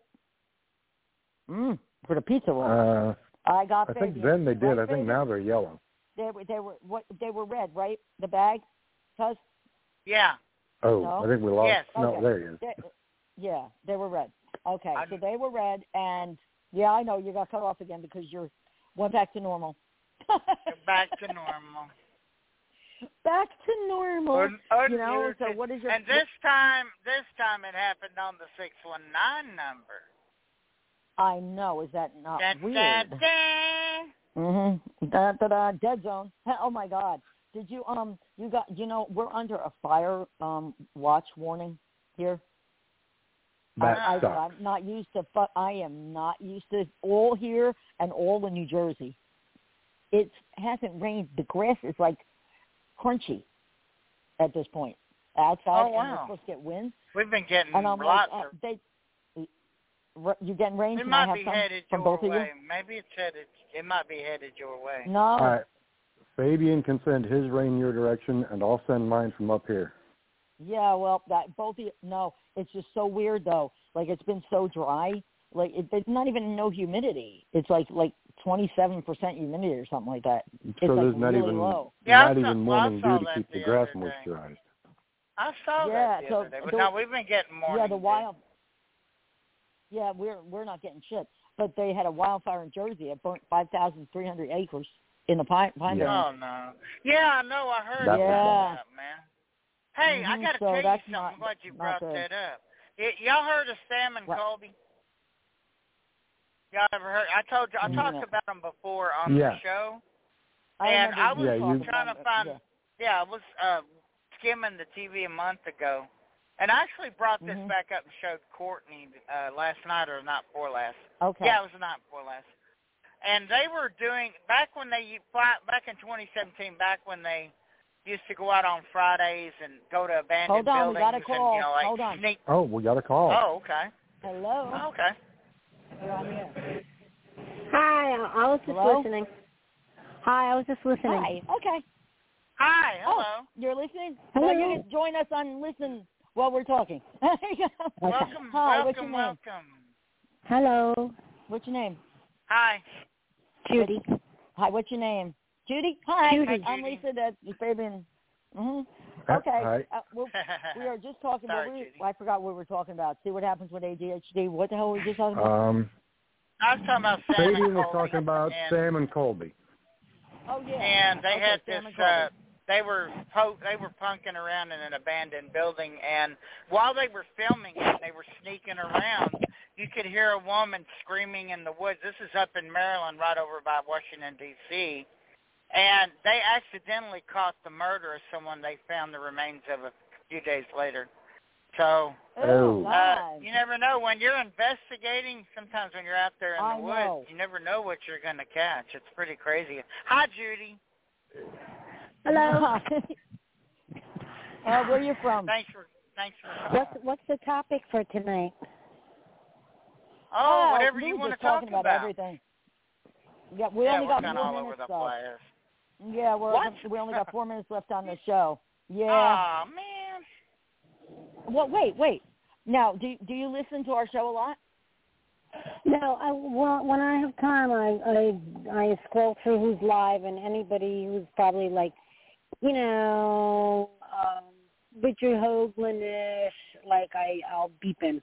Speaker 6: Mm, for the pizza roll.
Speaker 8: Uh,
Speaker 6: I got.
Speaker 8: I think
Speaker 6: baby.
Speaker 8: then they did.
Speaker 6: Right,
Speaker 8: I think
Speaker 6: baby?
Speaker 8: now they're yellow.
Speaker 6: they were. They were what? They were red, right? The bag. Cause
Speaker 7: Yeah.
Speaker 8: Oh,
Speaker 6: No.
Speaker 8: I think we lost.
Speaker 7: Yes.
Speaker 8: No,
Speaker 6: Okay.
Speaker 8: there he is.
Speaker 6: They, yeah, they were red. Okay,
Speaker 7: I-
Speaker 6: so they were red, and yeah, I know you got cut off again because you're went back to normal.
Speaker 7: Back to normal.
Speaker 6: Back to normal.
Speaker 7: Un-
Speaker 6: you know, so
Speaker 7: unmuted.
Speaker 6: what is your
Speaker 7: and this time, this time it happened on the six one nine number.
Speaker 6: I know, is that not
Speaker 7: That
Speaker 6: Ah, weird?
Speaker 7: that day.
Speaker 6: Mm-hmm. Da, da, da, dead zone. Oh my God! Did you um? You got you know we're under a fire um watch warning here.
Speaker 8: That
Speaker 6: I, I,
Speaker 8: sucks.
Speaker 6: I'm not used to. Fu- I am not used to all here and all in New Jersey. It hasn't rained. The grass is like crunchy at this point outside,
Speaker 7: Oh,
Speaker 6: and
Speaker 7: wow.
Speaker 6: we're supposed to get wind.
Speaker 7: We've been getting
Speaker 6: And I'm
Speaker 7: lots
Speaker 6: like, uh,
Speaker 7: of.
Speaker 6: they. You getting rain?
Speaker 7: It
Speaker 6: Can I
Speaker 7: might
Speaker 6: have
Speaker 7: be
Speaker 6: some
Speaker 7: headed
Speaker 6: from
Speaker 7: your
Speaker 6: both of
Speaker 7: way. Maybe it's headed. It might be headed your way.
Speaker 6: you? No.
Speaker 8: All right. Fabian can send his rain your direction, and I'll send mine from up here.
Speaker 6: Yeah, well, that both of you, no, it's just so weird though. Like it's been so dry, like it, there's not even no humidity. It's like like 27% humidity or something like that. It's
Speaker 8: so
Speaker 6: like
Speaker 8: there's not
Speaker 6: really
Speaker 8: even
Speaker 6: low.
Speaker 7: Yeah,
Speaker 8: not
Speaker 7: I saw-
Speaker 8: even
Speaker 7: well, I
Speaker 8: morning dew
Speaker 7: saw
Speaker 8: to
Speaker 7: that
Speaker 8: keep the
Speaker 7: the
Speaker 8: grass
Speaker 7: other day.
Speaker 8: moisturized.
Speaker 7: I saw
Speaker 6: Yeah,
Speaker 7: that the
Speaker 6: so
Speaker 7: other day, but
Speaker 6: the-
Speaker 7: no, we've been getting more.
Speaker 6: yeah, the wild. Yeah, we're we're not getting shit. But they had a wildfire in Jersey. It burnt 5,300 acres in the pine pine
Speaker 8: Yeah.
Speaker 6: Barrens.
Speaker 7: Oh no. Yeah, I know. I heard
Speaker 8: That
Speaker 7: about
Speaker 8: was
Speaker 6: bad.
Speaker 7: that, man. Hey, I
Speaker 6: Mhm,
Speaker 7: gotta
Speaker 6: so
Speaker 7: tell you
Speaker 6: that's
Speaker 7: something.
Speaker 6: not-
Speaker 7: I'm glad you
Speaker 6: not
Speaker 7: brought
Speaker 6: good.
Speaker 7: that up. Y y'all heard of Sam and
Speaker 6: What?
Speaker 7: Colby? Y'all ever heard? I told you. I
Speaker 6: No.
Speaker 7: talked about them before on
Speaker 8: Yeah.
Speaker 7: the show.
Speaker 6: I
Speaker 7: And
Speaker 6: remember
Speaker 7: I was
Speaker 6: you talking
Speaker 7: trying
Speaker 6: about
Speaker 7: to
Speaker 6: it.
Speaker 7: find-
Speaker 6: Yeah.
Speaker 7: Yeah, I was uh, skimming the TV a month ago, and I actually brought this
Speaker 6: Mhm.
Speaker 7: back up and showed Courtney uh, last night or the night before last.
Speaker 6: Okay.
Speaker 7: Yeah, it was the night before last. And they were doing back when they u- fly- back in 2017, back when they used to go out on Fridays and go to abandoned
Speaker 6: Hold on, we
Speaker 7: buildings
Speaker 6: got a
Speaker 7: and
Speaker 6: call.
Speaker 7: you know like
Speaker 6: Hold on.
Speaker 7: sneak.
Speaker 8: Oh, we got a call.
Speaker 7: Oh, okay.
Speaker 6: Hello.
Speaker 7: Oh, okay.
Speaker 6: You're on the air.
Speaker 9: Hi, I I was just
Speaker 6: Hello?
Speaker 9: listening. Hi, I was just listening.
Speaker 6: Hi. Okay.
Speaker 7: Hi.
Speaker 6: Oh,
Speaker 7: Hello.
Speaker 6: You're listening?
Speaker 9: Hello.
Speaker 6: So you can join us on listen while we're talking.
Speaker 7: Welcome.
Speaker 6: Hi, what's your
Speaker 7: welcome.
Speaker 6: name?
Speaker 7: Welcome.
Speaker 9: Hello,
Speaker 6: What's your name?
Speaker 7: Hi.
Speaker 9: Judy.
Speaker 6: Hi, what's your name? Judy? Hi.
Speaker 9: Judy.
Speaker 6: I'm
Speaker 7: Judy.
Speaker 6: Lisa. That's Fabian. hmm
Speaker 8: Uh,
Speaker 6: Okay.
Speaker 8: hi.
Speaker 6: Uh, well, we are just talking
Speaker 7: Sorry,
Speaker 6: about, we,
Speaker 7: Judy.
Speaker 6: I forgot what we were talking about. See what happens with ADHD. What the hell were we just talking about?
Speaker 5: Uh,
Speaker 8: Um,
Speaker 7: I was talking about Sam
Speaker 8: Fabian
Speaker 7: and
Speaker 8: was
Speaker 7: Colby,
Speaker 8: talking about
Speaker 7: and,
Speaker 8: Sam and Colby.
Speaker 6: oh, yeah.
Speaker 7: and they
Speaker 6: Okay,
Speaker 7: had
Speaker 6: Sam
Speaker 7: this
Speaker 6: and Corbin.
Speaker 7: uh they were po- they were punking around in an abandoned building and while they were filming it they were sneaking around you could hear a woman screaming in the woods this is up in maryland right over by washington dc and they accidentally caught the murder of someone they found the remains of a few days later so
Speaker 8: Oh.
Speaker 7: uh,
Speaker 6: God.
Speaker 7: you never know when you're investigating. Sometimes when you're out there in
Speaker 6: I
Speaker 7: the
Speaker 6: know.
Speaker 7: woods, you never know what you're going to catch. It's pretty crazy. Hi, Judy.
Speaker 9: Hello.
Speaker 6: uh, where you from?
Speaker 7: Thanks for thanks for
Speaker 9: What's what's the topic for tonight?
Speaker 7: oh
Speaker 6: Oh,
Speaker 7: whatever
Speaker 6: we
Speaker 7: you
Speaker 6: were
Speaker 7: want to
Speaker 6: just
Speaker 7: talk
Speaker 6: talking about, everything. Yeah, we
Speaker 7: yeah,
Speaker 6: only
Speaker 7: we're
Speaker 6: got
Speaker 7: kind
Speaker 6: four
Speaker 7: of all over
Speaker 6: minutes
Speaker 7: the
Speaker 6: though.
Speaker 7: place.
Speaker 6: Yeah, we're
Speaker 7: What? Ah.
Speaker 6: we only got four minutes left on the show. Yeah.
Speaker 7: Aw, man.
Speaker 6: well, wait, wait. Now, do do you listen to our show a lot?
Speaker 9: No, I, well, when I have time, I, I I scroll through who's live and anybody who's probably like, you know, um, Richard Hoagland-ish. Like I, I'll beep in.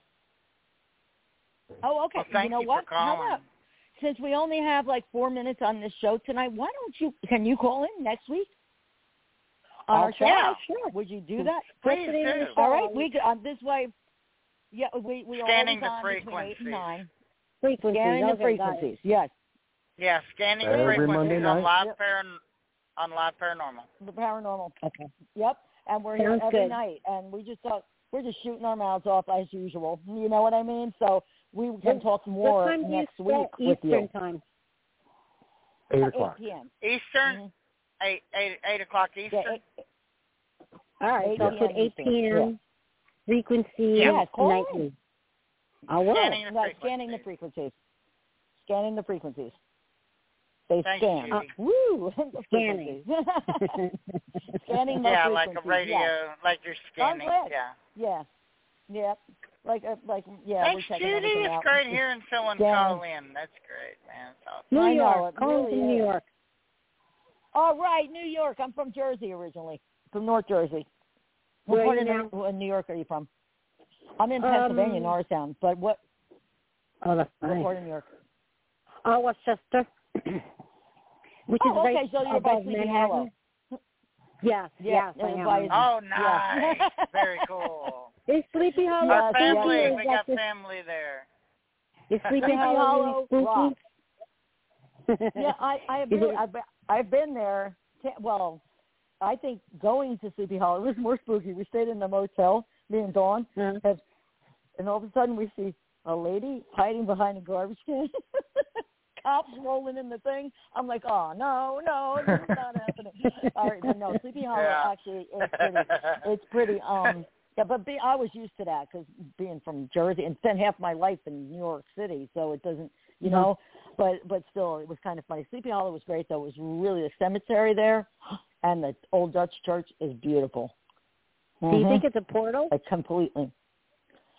Speaker 6: Oh, okay.
Speaker 7: Well, thank
Speaker 6: you know
Speaker 7: you
Speaker 6: what?
Speaker 7: for
Speaker 6: How
Speaker 7: calling.
Speaker 6: about since we only have like four minutes on this show tonight, why don't you can you call in next week? On our
Speaker 9: Okay.
Speaker 6: show?
Speaker 7: Yeah.
Speaker 6: sure. Would you do that?
Speaker 7: Please
Speaker 9: What's the name of
Speaker 7: do.
Speaker 9: the show?
Speaker 6: All right, we could- um, this way. Yeah, we we are
Speaker 7: Scanning
Speaker 6: always
Speaker 7: the
Speaker 6: on between eight
Speaker 7: frequencies.
Speaker 6: and nine.
Speaker 9: frequencies.
Speaker 6: Scanning the
Speaker 9: Okay, got it.
Speaker 6: frequencies. Yes,
Speaker 7: Yeah, scanning
Speaker 5: Every Monday
Speaker 7: frequencies on
Speaker 5: night.
Speaker 7: live
Speaker 6: Yep.
Speaker 7: paran- on live paranormal.
Speaker 6: the paranormal.
Speaker 9: Okay.
Speaker 6: Yep, and we're here
Speaker 9: Sounds
Speaker 6: every
Speaker 9: good.
Speaker 6: night, and we just thought we're just shooting our mouths off as usual. You know what I mean? So we can
Speaker 9: What- what
Speaker 6: talk more
Speaker 9: time do you
Speaker 6: next
Speaker 9: start
Speaker 6: week with
Speaker 9: Eastern
Speaker 6: you.
Speaker 9: time.
Speaker 5: Eight
Speaker 6: At
Speaker 5: o'clock.
Speaker 6: 8 p.m.
Speaker 7: Eastern,
Speaker 6: Mhm.
Speaker 7: eight eight eight o'clock Eastern.
Speaker 6: Yeah, eight-
Speaker 9: All right,
Speaker 6: 8
Speaker 9: so I'll put
Speaker 6: p.m.
Speaker 9: 8
Speaker 6: Eastern,
Speaker 9: p.m. frequency
Speaker 6: Yeah, call in.
Speaker 9: nightly. I will.
Speaker 7: Scanning the
Speaker 6: No, scanning the
Speaker 7: frequencies.
Speaker 6: frequencies. Scanning the frequencies. They
Speaker 7: Thank
Speaker 6: scan.
Speaker 7: you.
Speaker 6: Woo! The
Speaker 9: Scanning.
Speaker 6: frequencies. scanning the
Speaker 7: yeah,
Speaker 6: frequencies.
Speaker 7: like a radio,
Speaker 6: Yeah.
Speaker 7: like you're scanning.
Speaker 6: glad.
Speaker 7: Yeah.
Speaker 6: yeah. Yep. Like a, like yeah.
Speaker 7: Thanks,
Speaker 6: we're checking
Speaker 7: Judy.
Speaker 6: everything
Speaker 7: It's
Speaker 6: out.
Speaker 7: great hearing someone
Speaker 6: Yeah.
Speaker 7: call in. That's great, man. It's awesome.
Speaker 9: New
Speaker 6: I know,
Speaker 9: York.
Speaker 6: it
Speaker 9: Call
Speaker 6: really
Speaker 9: in New
Speaker 6: is.
Speaker 9: York.
Speaker 6: All right, New York. I'm from Jersey originally. From North Jersey.
Speaker 9: Where
Speaker 6: what
Speaker 9: are you
Speaker 6: part of New- New York are you from? I'm in
Speaker 9: Um,
Speaker 6: Pennsylvania, Norristown. But what,
Speaker 9: Oh, that's
Speaker 6: what
Speaker 9: nice.
Speaker 6: part of New York?
Speaker 9: Oh, Westchester. Which
Speaker 6: Oh,
Speaker 9: is
Speaker 6: okay,
Speaker 9: right
Speaker 6: so you're by
Speaker 9: above
Speaker 6: Sleepy
Speaker 9: Manhattan. Yes,
Speaker 6: Yeah,
Speaker 9: yes, I
Speaker 6: and
Speaker 9: am.
Speaker 6: by-
Speaker 7: Oh,
Speaker 6: Yeah.
Speaker 7: nice. Very cool.
Speaker 9: Is Sleepy Hollow?
Speaker 7: Our
Speaker 6: Yes, yeah.
Speaker 7: family,
Speaker 9: Is
Speaker 7: we
Speaker 9: like
Speaker 7: got
Speaker 9: this-
Speaker 7: family there.
Speaker 9: Is Sleepy
Speaker 6: Sleepy
Speaker 9: Hollow
Speaker 6: Hollow
Speaker 9: really spooky?
Speaker 6: yeah, I I have
Speaker 9: Is
Speaker 6: really,
Speaker 9: it-
Speaker 6: I've, been, I've been there. T- well, I think going to Sleepy Hollow was more spooky. We stayed in the motel, me and Dawn,
Speaker 9: Yeah.
Speaker 6: and, and all of a sudden we see a lady hiding behind a garbage can. Cops rolling in the thing. I'm like, oh no, no, this is not happening. All right, but no, Sleepy Hollow
Speaker 7: Yeah.
Speaker 6: actually is pretty. It's pretty. Um, yeah, but be, I was used to that because being from Jersey and spent half my life in New York City, so it doesn't,
Speaker 9: Mm-hmm.
Speaker 6: you know. But but still, it was kind of funny. Sleepy Hollow was great though. It was really the cemetery there, and the old Dutch church is beautiful.
Speaker 9: Do you
Speaker 6: Mhm.
Speaker 9: think it's a portal?
Speaker 6: like completely?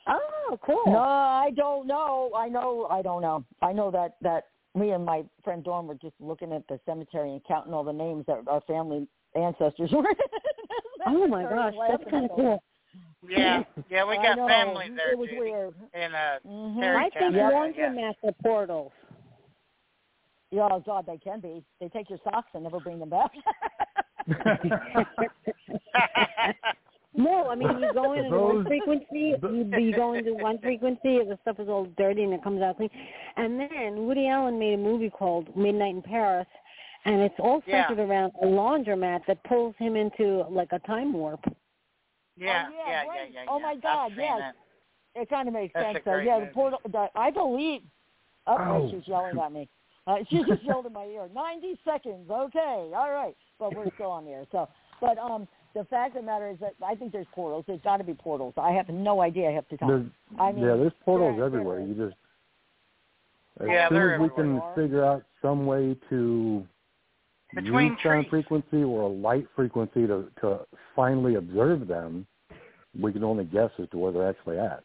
Speaker 9: Oh, cool.
Speaker 6: No, I don't know. I know. I don't know. I know that that me and my friend Dawn were just looking at the cemetery and counting all the names that our family ancestors were. in.
Speaker 9: Oh my
Speaker 6: Started
Speaker 9: gosh, that's
Speaker 6: laughing
Speaker 9: kind
Speaker 6: at
Speaker 9: of
Speaker 6: it.
Speaker 9: cool.
Speaker 7: Yeah, yeah, we
Speaker 6: I
Speaker 7: got
Speaker 6: know.
Speaker 7: family there,
Speaker 6: It was
Speaker 7: Judy,
Speaker 6: weird.
Speaker 7: in uh,
Speaker 6: Mm-hmm.
Speaker 7: Terry
Speaker 9: I think
Speaker 7: County. Yeah.
Speaker 9: laundromats are portals.
Speaker 6: Yeah, oh God, they can be. They take your socks and never bring them back. Oh,
Speaker 9: No, I mean you go in into one
Speaker 5: Those-
Speaker 9: frequency, you, you go into one frequency, and the stuff is all dirty and it comes out clean. And then Woody Allen made a movie called Midnight in Paris, and it's all
Speaker 7: Yeah.
Speaker 9: centered around a laundromat that pulls him into like a time warp.
Speaker 7: yeah,
Speaker 6: Oh, yeah,
Speaker 7: yeah, yeah,
Speaker 6: right.
Speaker 7: yeah,
Speaker 6: Oh,
Speaker 7: yeah.
Speaker 6: my
Speaker 7: I've
Speaker 6: God,
Speaker 7: seen
Speaker 6: yes.
Speaker 7: that.
Speaker 6: it kind of makes
Speaker 7: That's
Speaker 6: sense.
Speaker 7: a
Speaker 6: So
Speaker 7: great
Speaker 6: yeah, the
Speaker 7: movie.
Speaker 6: portal. The, I believe. Oh,
Speaker 5: Ow.
Speaker 6: she's yelling at me. Uh, she just yelled in my ear. Ninety seconds. Okay, all right. But we're still on the air. So, but um, the fact of the matter is that I think there's portals. There's got to be portals. I have no idea half the time.
Speaker 5: There's,
Speaker 6: I mean,
Speaker 5: yeah, there's portals
Speaker 6: they're-
Speaker 5: everywhere.
Speaker 6: they're-
Speaker 5: You just as
Speaker 7: Yeah,
Speaker 5: soon
Speaker 7: they're
Speaker 5: as we can
Speaker 6: everywhere.
Speaker 5: figure out some way to
Speaker 7: Between
Speaker 5: use
Speaker 7: trees.
Speaker 5: sound frequency or a light frequency to to finally observe them, we can only guess as to where they're actually at.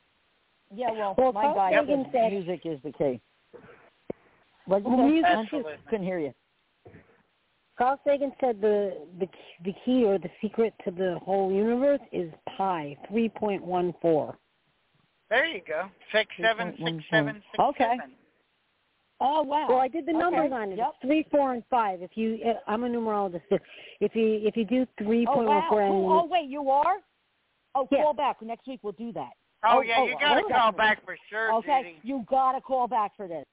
Speaker 6: yeah, well,
Speaker 9: Well,
Speaker 6: my
Speaker 9: Carl
Speaker 6: guy
Speaker 9: Sagan
Speaker 6: says
Speaker 9: said-
Speaker 6: music is the key. What
Speaker 9: Well,
Speaker 6: you
Speaker 9: music-
Speaker 6: say?
Speaker 7: Absolutely.
Speaker 6: Couldn't hear you.
Speaker 9: Carl Sagan said the the the key or the secret to the whole universe is pi three point one four.
Speaker 7: There you go. Six seven six seven six
Speaker 6: Okay.
Speaker 7: seven.
Speaker 6: Oh wow.
Speaker 9: Well, I did the
Speaker 6: Okay.
Speaker 9: numbers on it.
Speaker 6: Yep.
Speaker 9: It's three, four, and five. If you, uh, I'm a numerologist. If, if you if you do three
Speaker 6: Oh
Speaker 9: point one
Speaker 6: wow!
Speaker 9: four,
Speaker 6: Cool. Oh wait, you are. Oh,
Speaker 9: Yeah.
Speaker 6: call back next week. We'll do that.
Speaker 7: Oh,
Speaker 6: Oh,
Speaker 7: yeah,
Speaker 6: oh,
Speaker 7: you got to
Speaker 6: oh,
Speaker 7: call
Speaker 6: definitely.
Speaker 7: back for sure,
Speaker 6: okay,
Speaker 7: Judy.
Speaker 6: you gotta call back for this.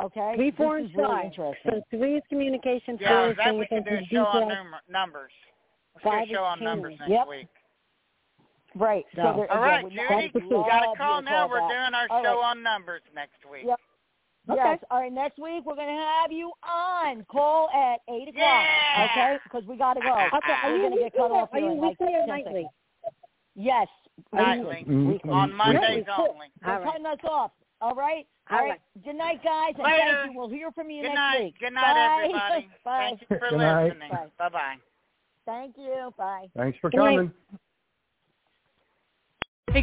Speaker 6: Okay,
Speaker 9: three, four, and
Speaker 6: this is really
Speaker 9: five.
Speaker 6: interesting.
Speaker 9: So three is communication.
Speaker 7: Yeah,
Speaker 9: four is
Speaker 7: that we can do a
Speaker 9: communication,
Speaker 7: show on
Speaker 9: detail.
Speaker 7: num- numbers. Let's
Speaker 9: Five is
Speaker 7: do a show on
Speaker 9: king.
Speaker 7: numbers next
Speaker 6: Yep.
Speaker 7: week.
Speaker 6: Right. So,
Speaker 9: So-
Speaker 6: there,
Speaker 7: All right,
Speaker 6: again,
Speaker 7: Judy,
Speaker 6: we
Speaker 9: Judy,
Speaker 7: you
Speaker 9: love
Speaker 7: got to call now. We're
Speaker 6: back.
Speaker 7: doing our
Speaker 6: All
Speaker 7: show
Speaker 6: right.
Speaker 7: on numbers next week.
Speaker 6: Yep.
Speaker 9: Okay.
Speaker 6: Yes. All right. Next week we're gonna have you on. Call at eight o'clock.
Speaker 7: Yeah.
Speaker 6: Okay, because we gotta go.
Speaker 9: Okay. Are
Speaker 6: We're
Speaker 9: you
Speaker 6: Ah, gonna get
Speaker 9: weekly
Speaker 6: cut
Speaker 9: or
Speaker 6: off
Speaker 9: are
Speaker 6: here
Speaker 9: you
Speaker 6: in like
Speaker 9: weekly or
Speaker 6: 10
Speaker 9: nightly?
Speaker 6: seconds. Yes.
Speaker 7: Nightly.
Speaker 5: Mm,
Speaker 7: On
Speaker 5: mm,
Speaker 7: Mondays
Speaker 9: Really?
Speaker 7: only.
Speaker 6: They're
Speaker 9: All right.
Speaker 6: cutting us off. All right.
Speaker 9: All right.
Speaker 6: Good night, guys. And
Speaker 7: Later.
Speaker 6: thank you. We'll hear from you
Speaker 7: Good
Speaker 6: next
Speaker 7: night.
Speaker 6: week.
Speaker 7: Good night,
Speaker 6: Bye.
Speaker 7: everybody.
Speaker 6: Bye.
Speaker 7: Thank you for
Speaker 5: Good night.
Speaker 7: listening.
Speaker 6: Bye.
Speaker 7: Bye-bye.
Speaker 6: Thank you. Bye.
Speaker 5: Thanks for
Speaker 9: Good night.
Speaker 5: coming.
Speaker 1: Hey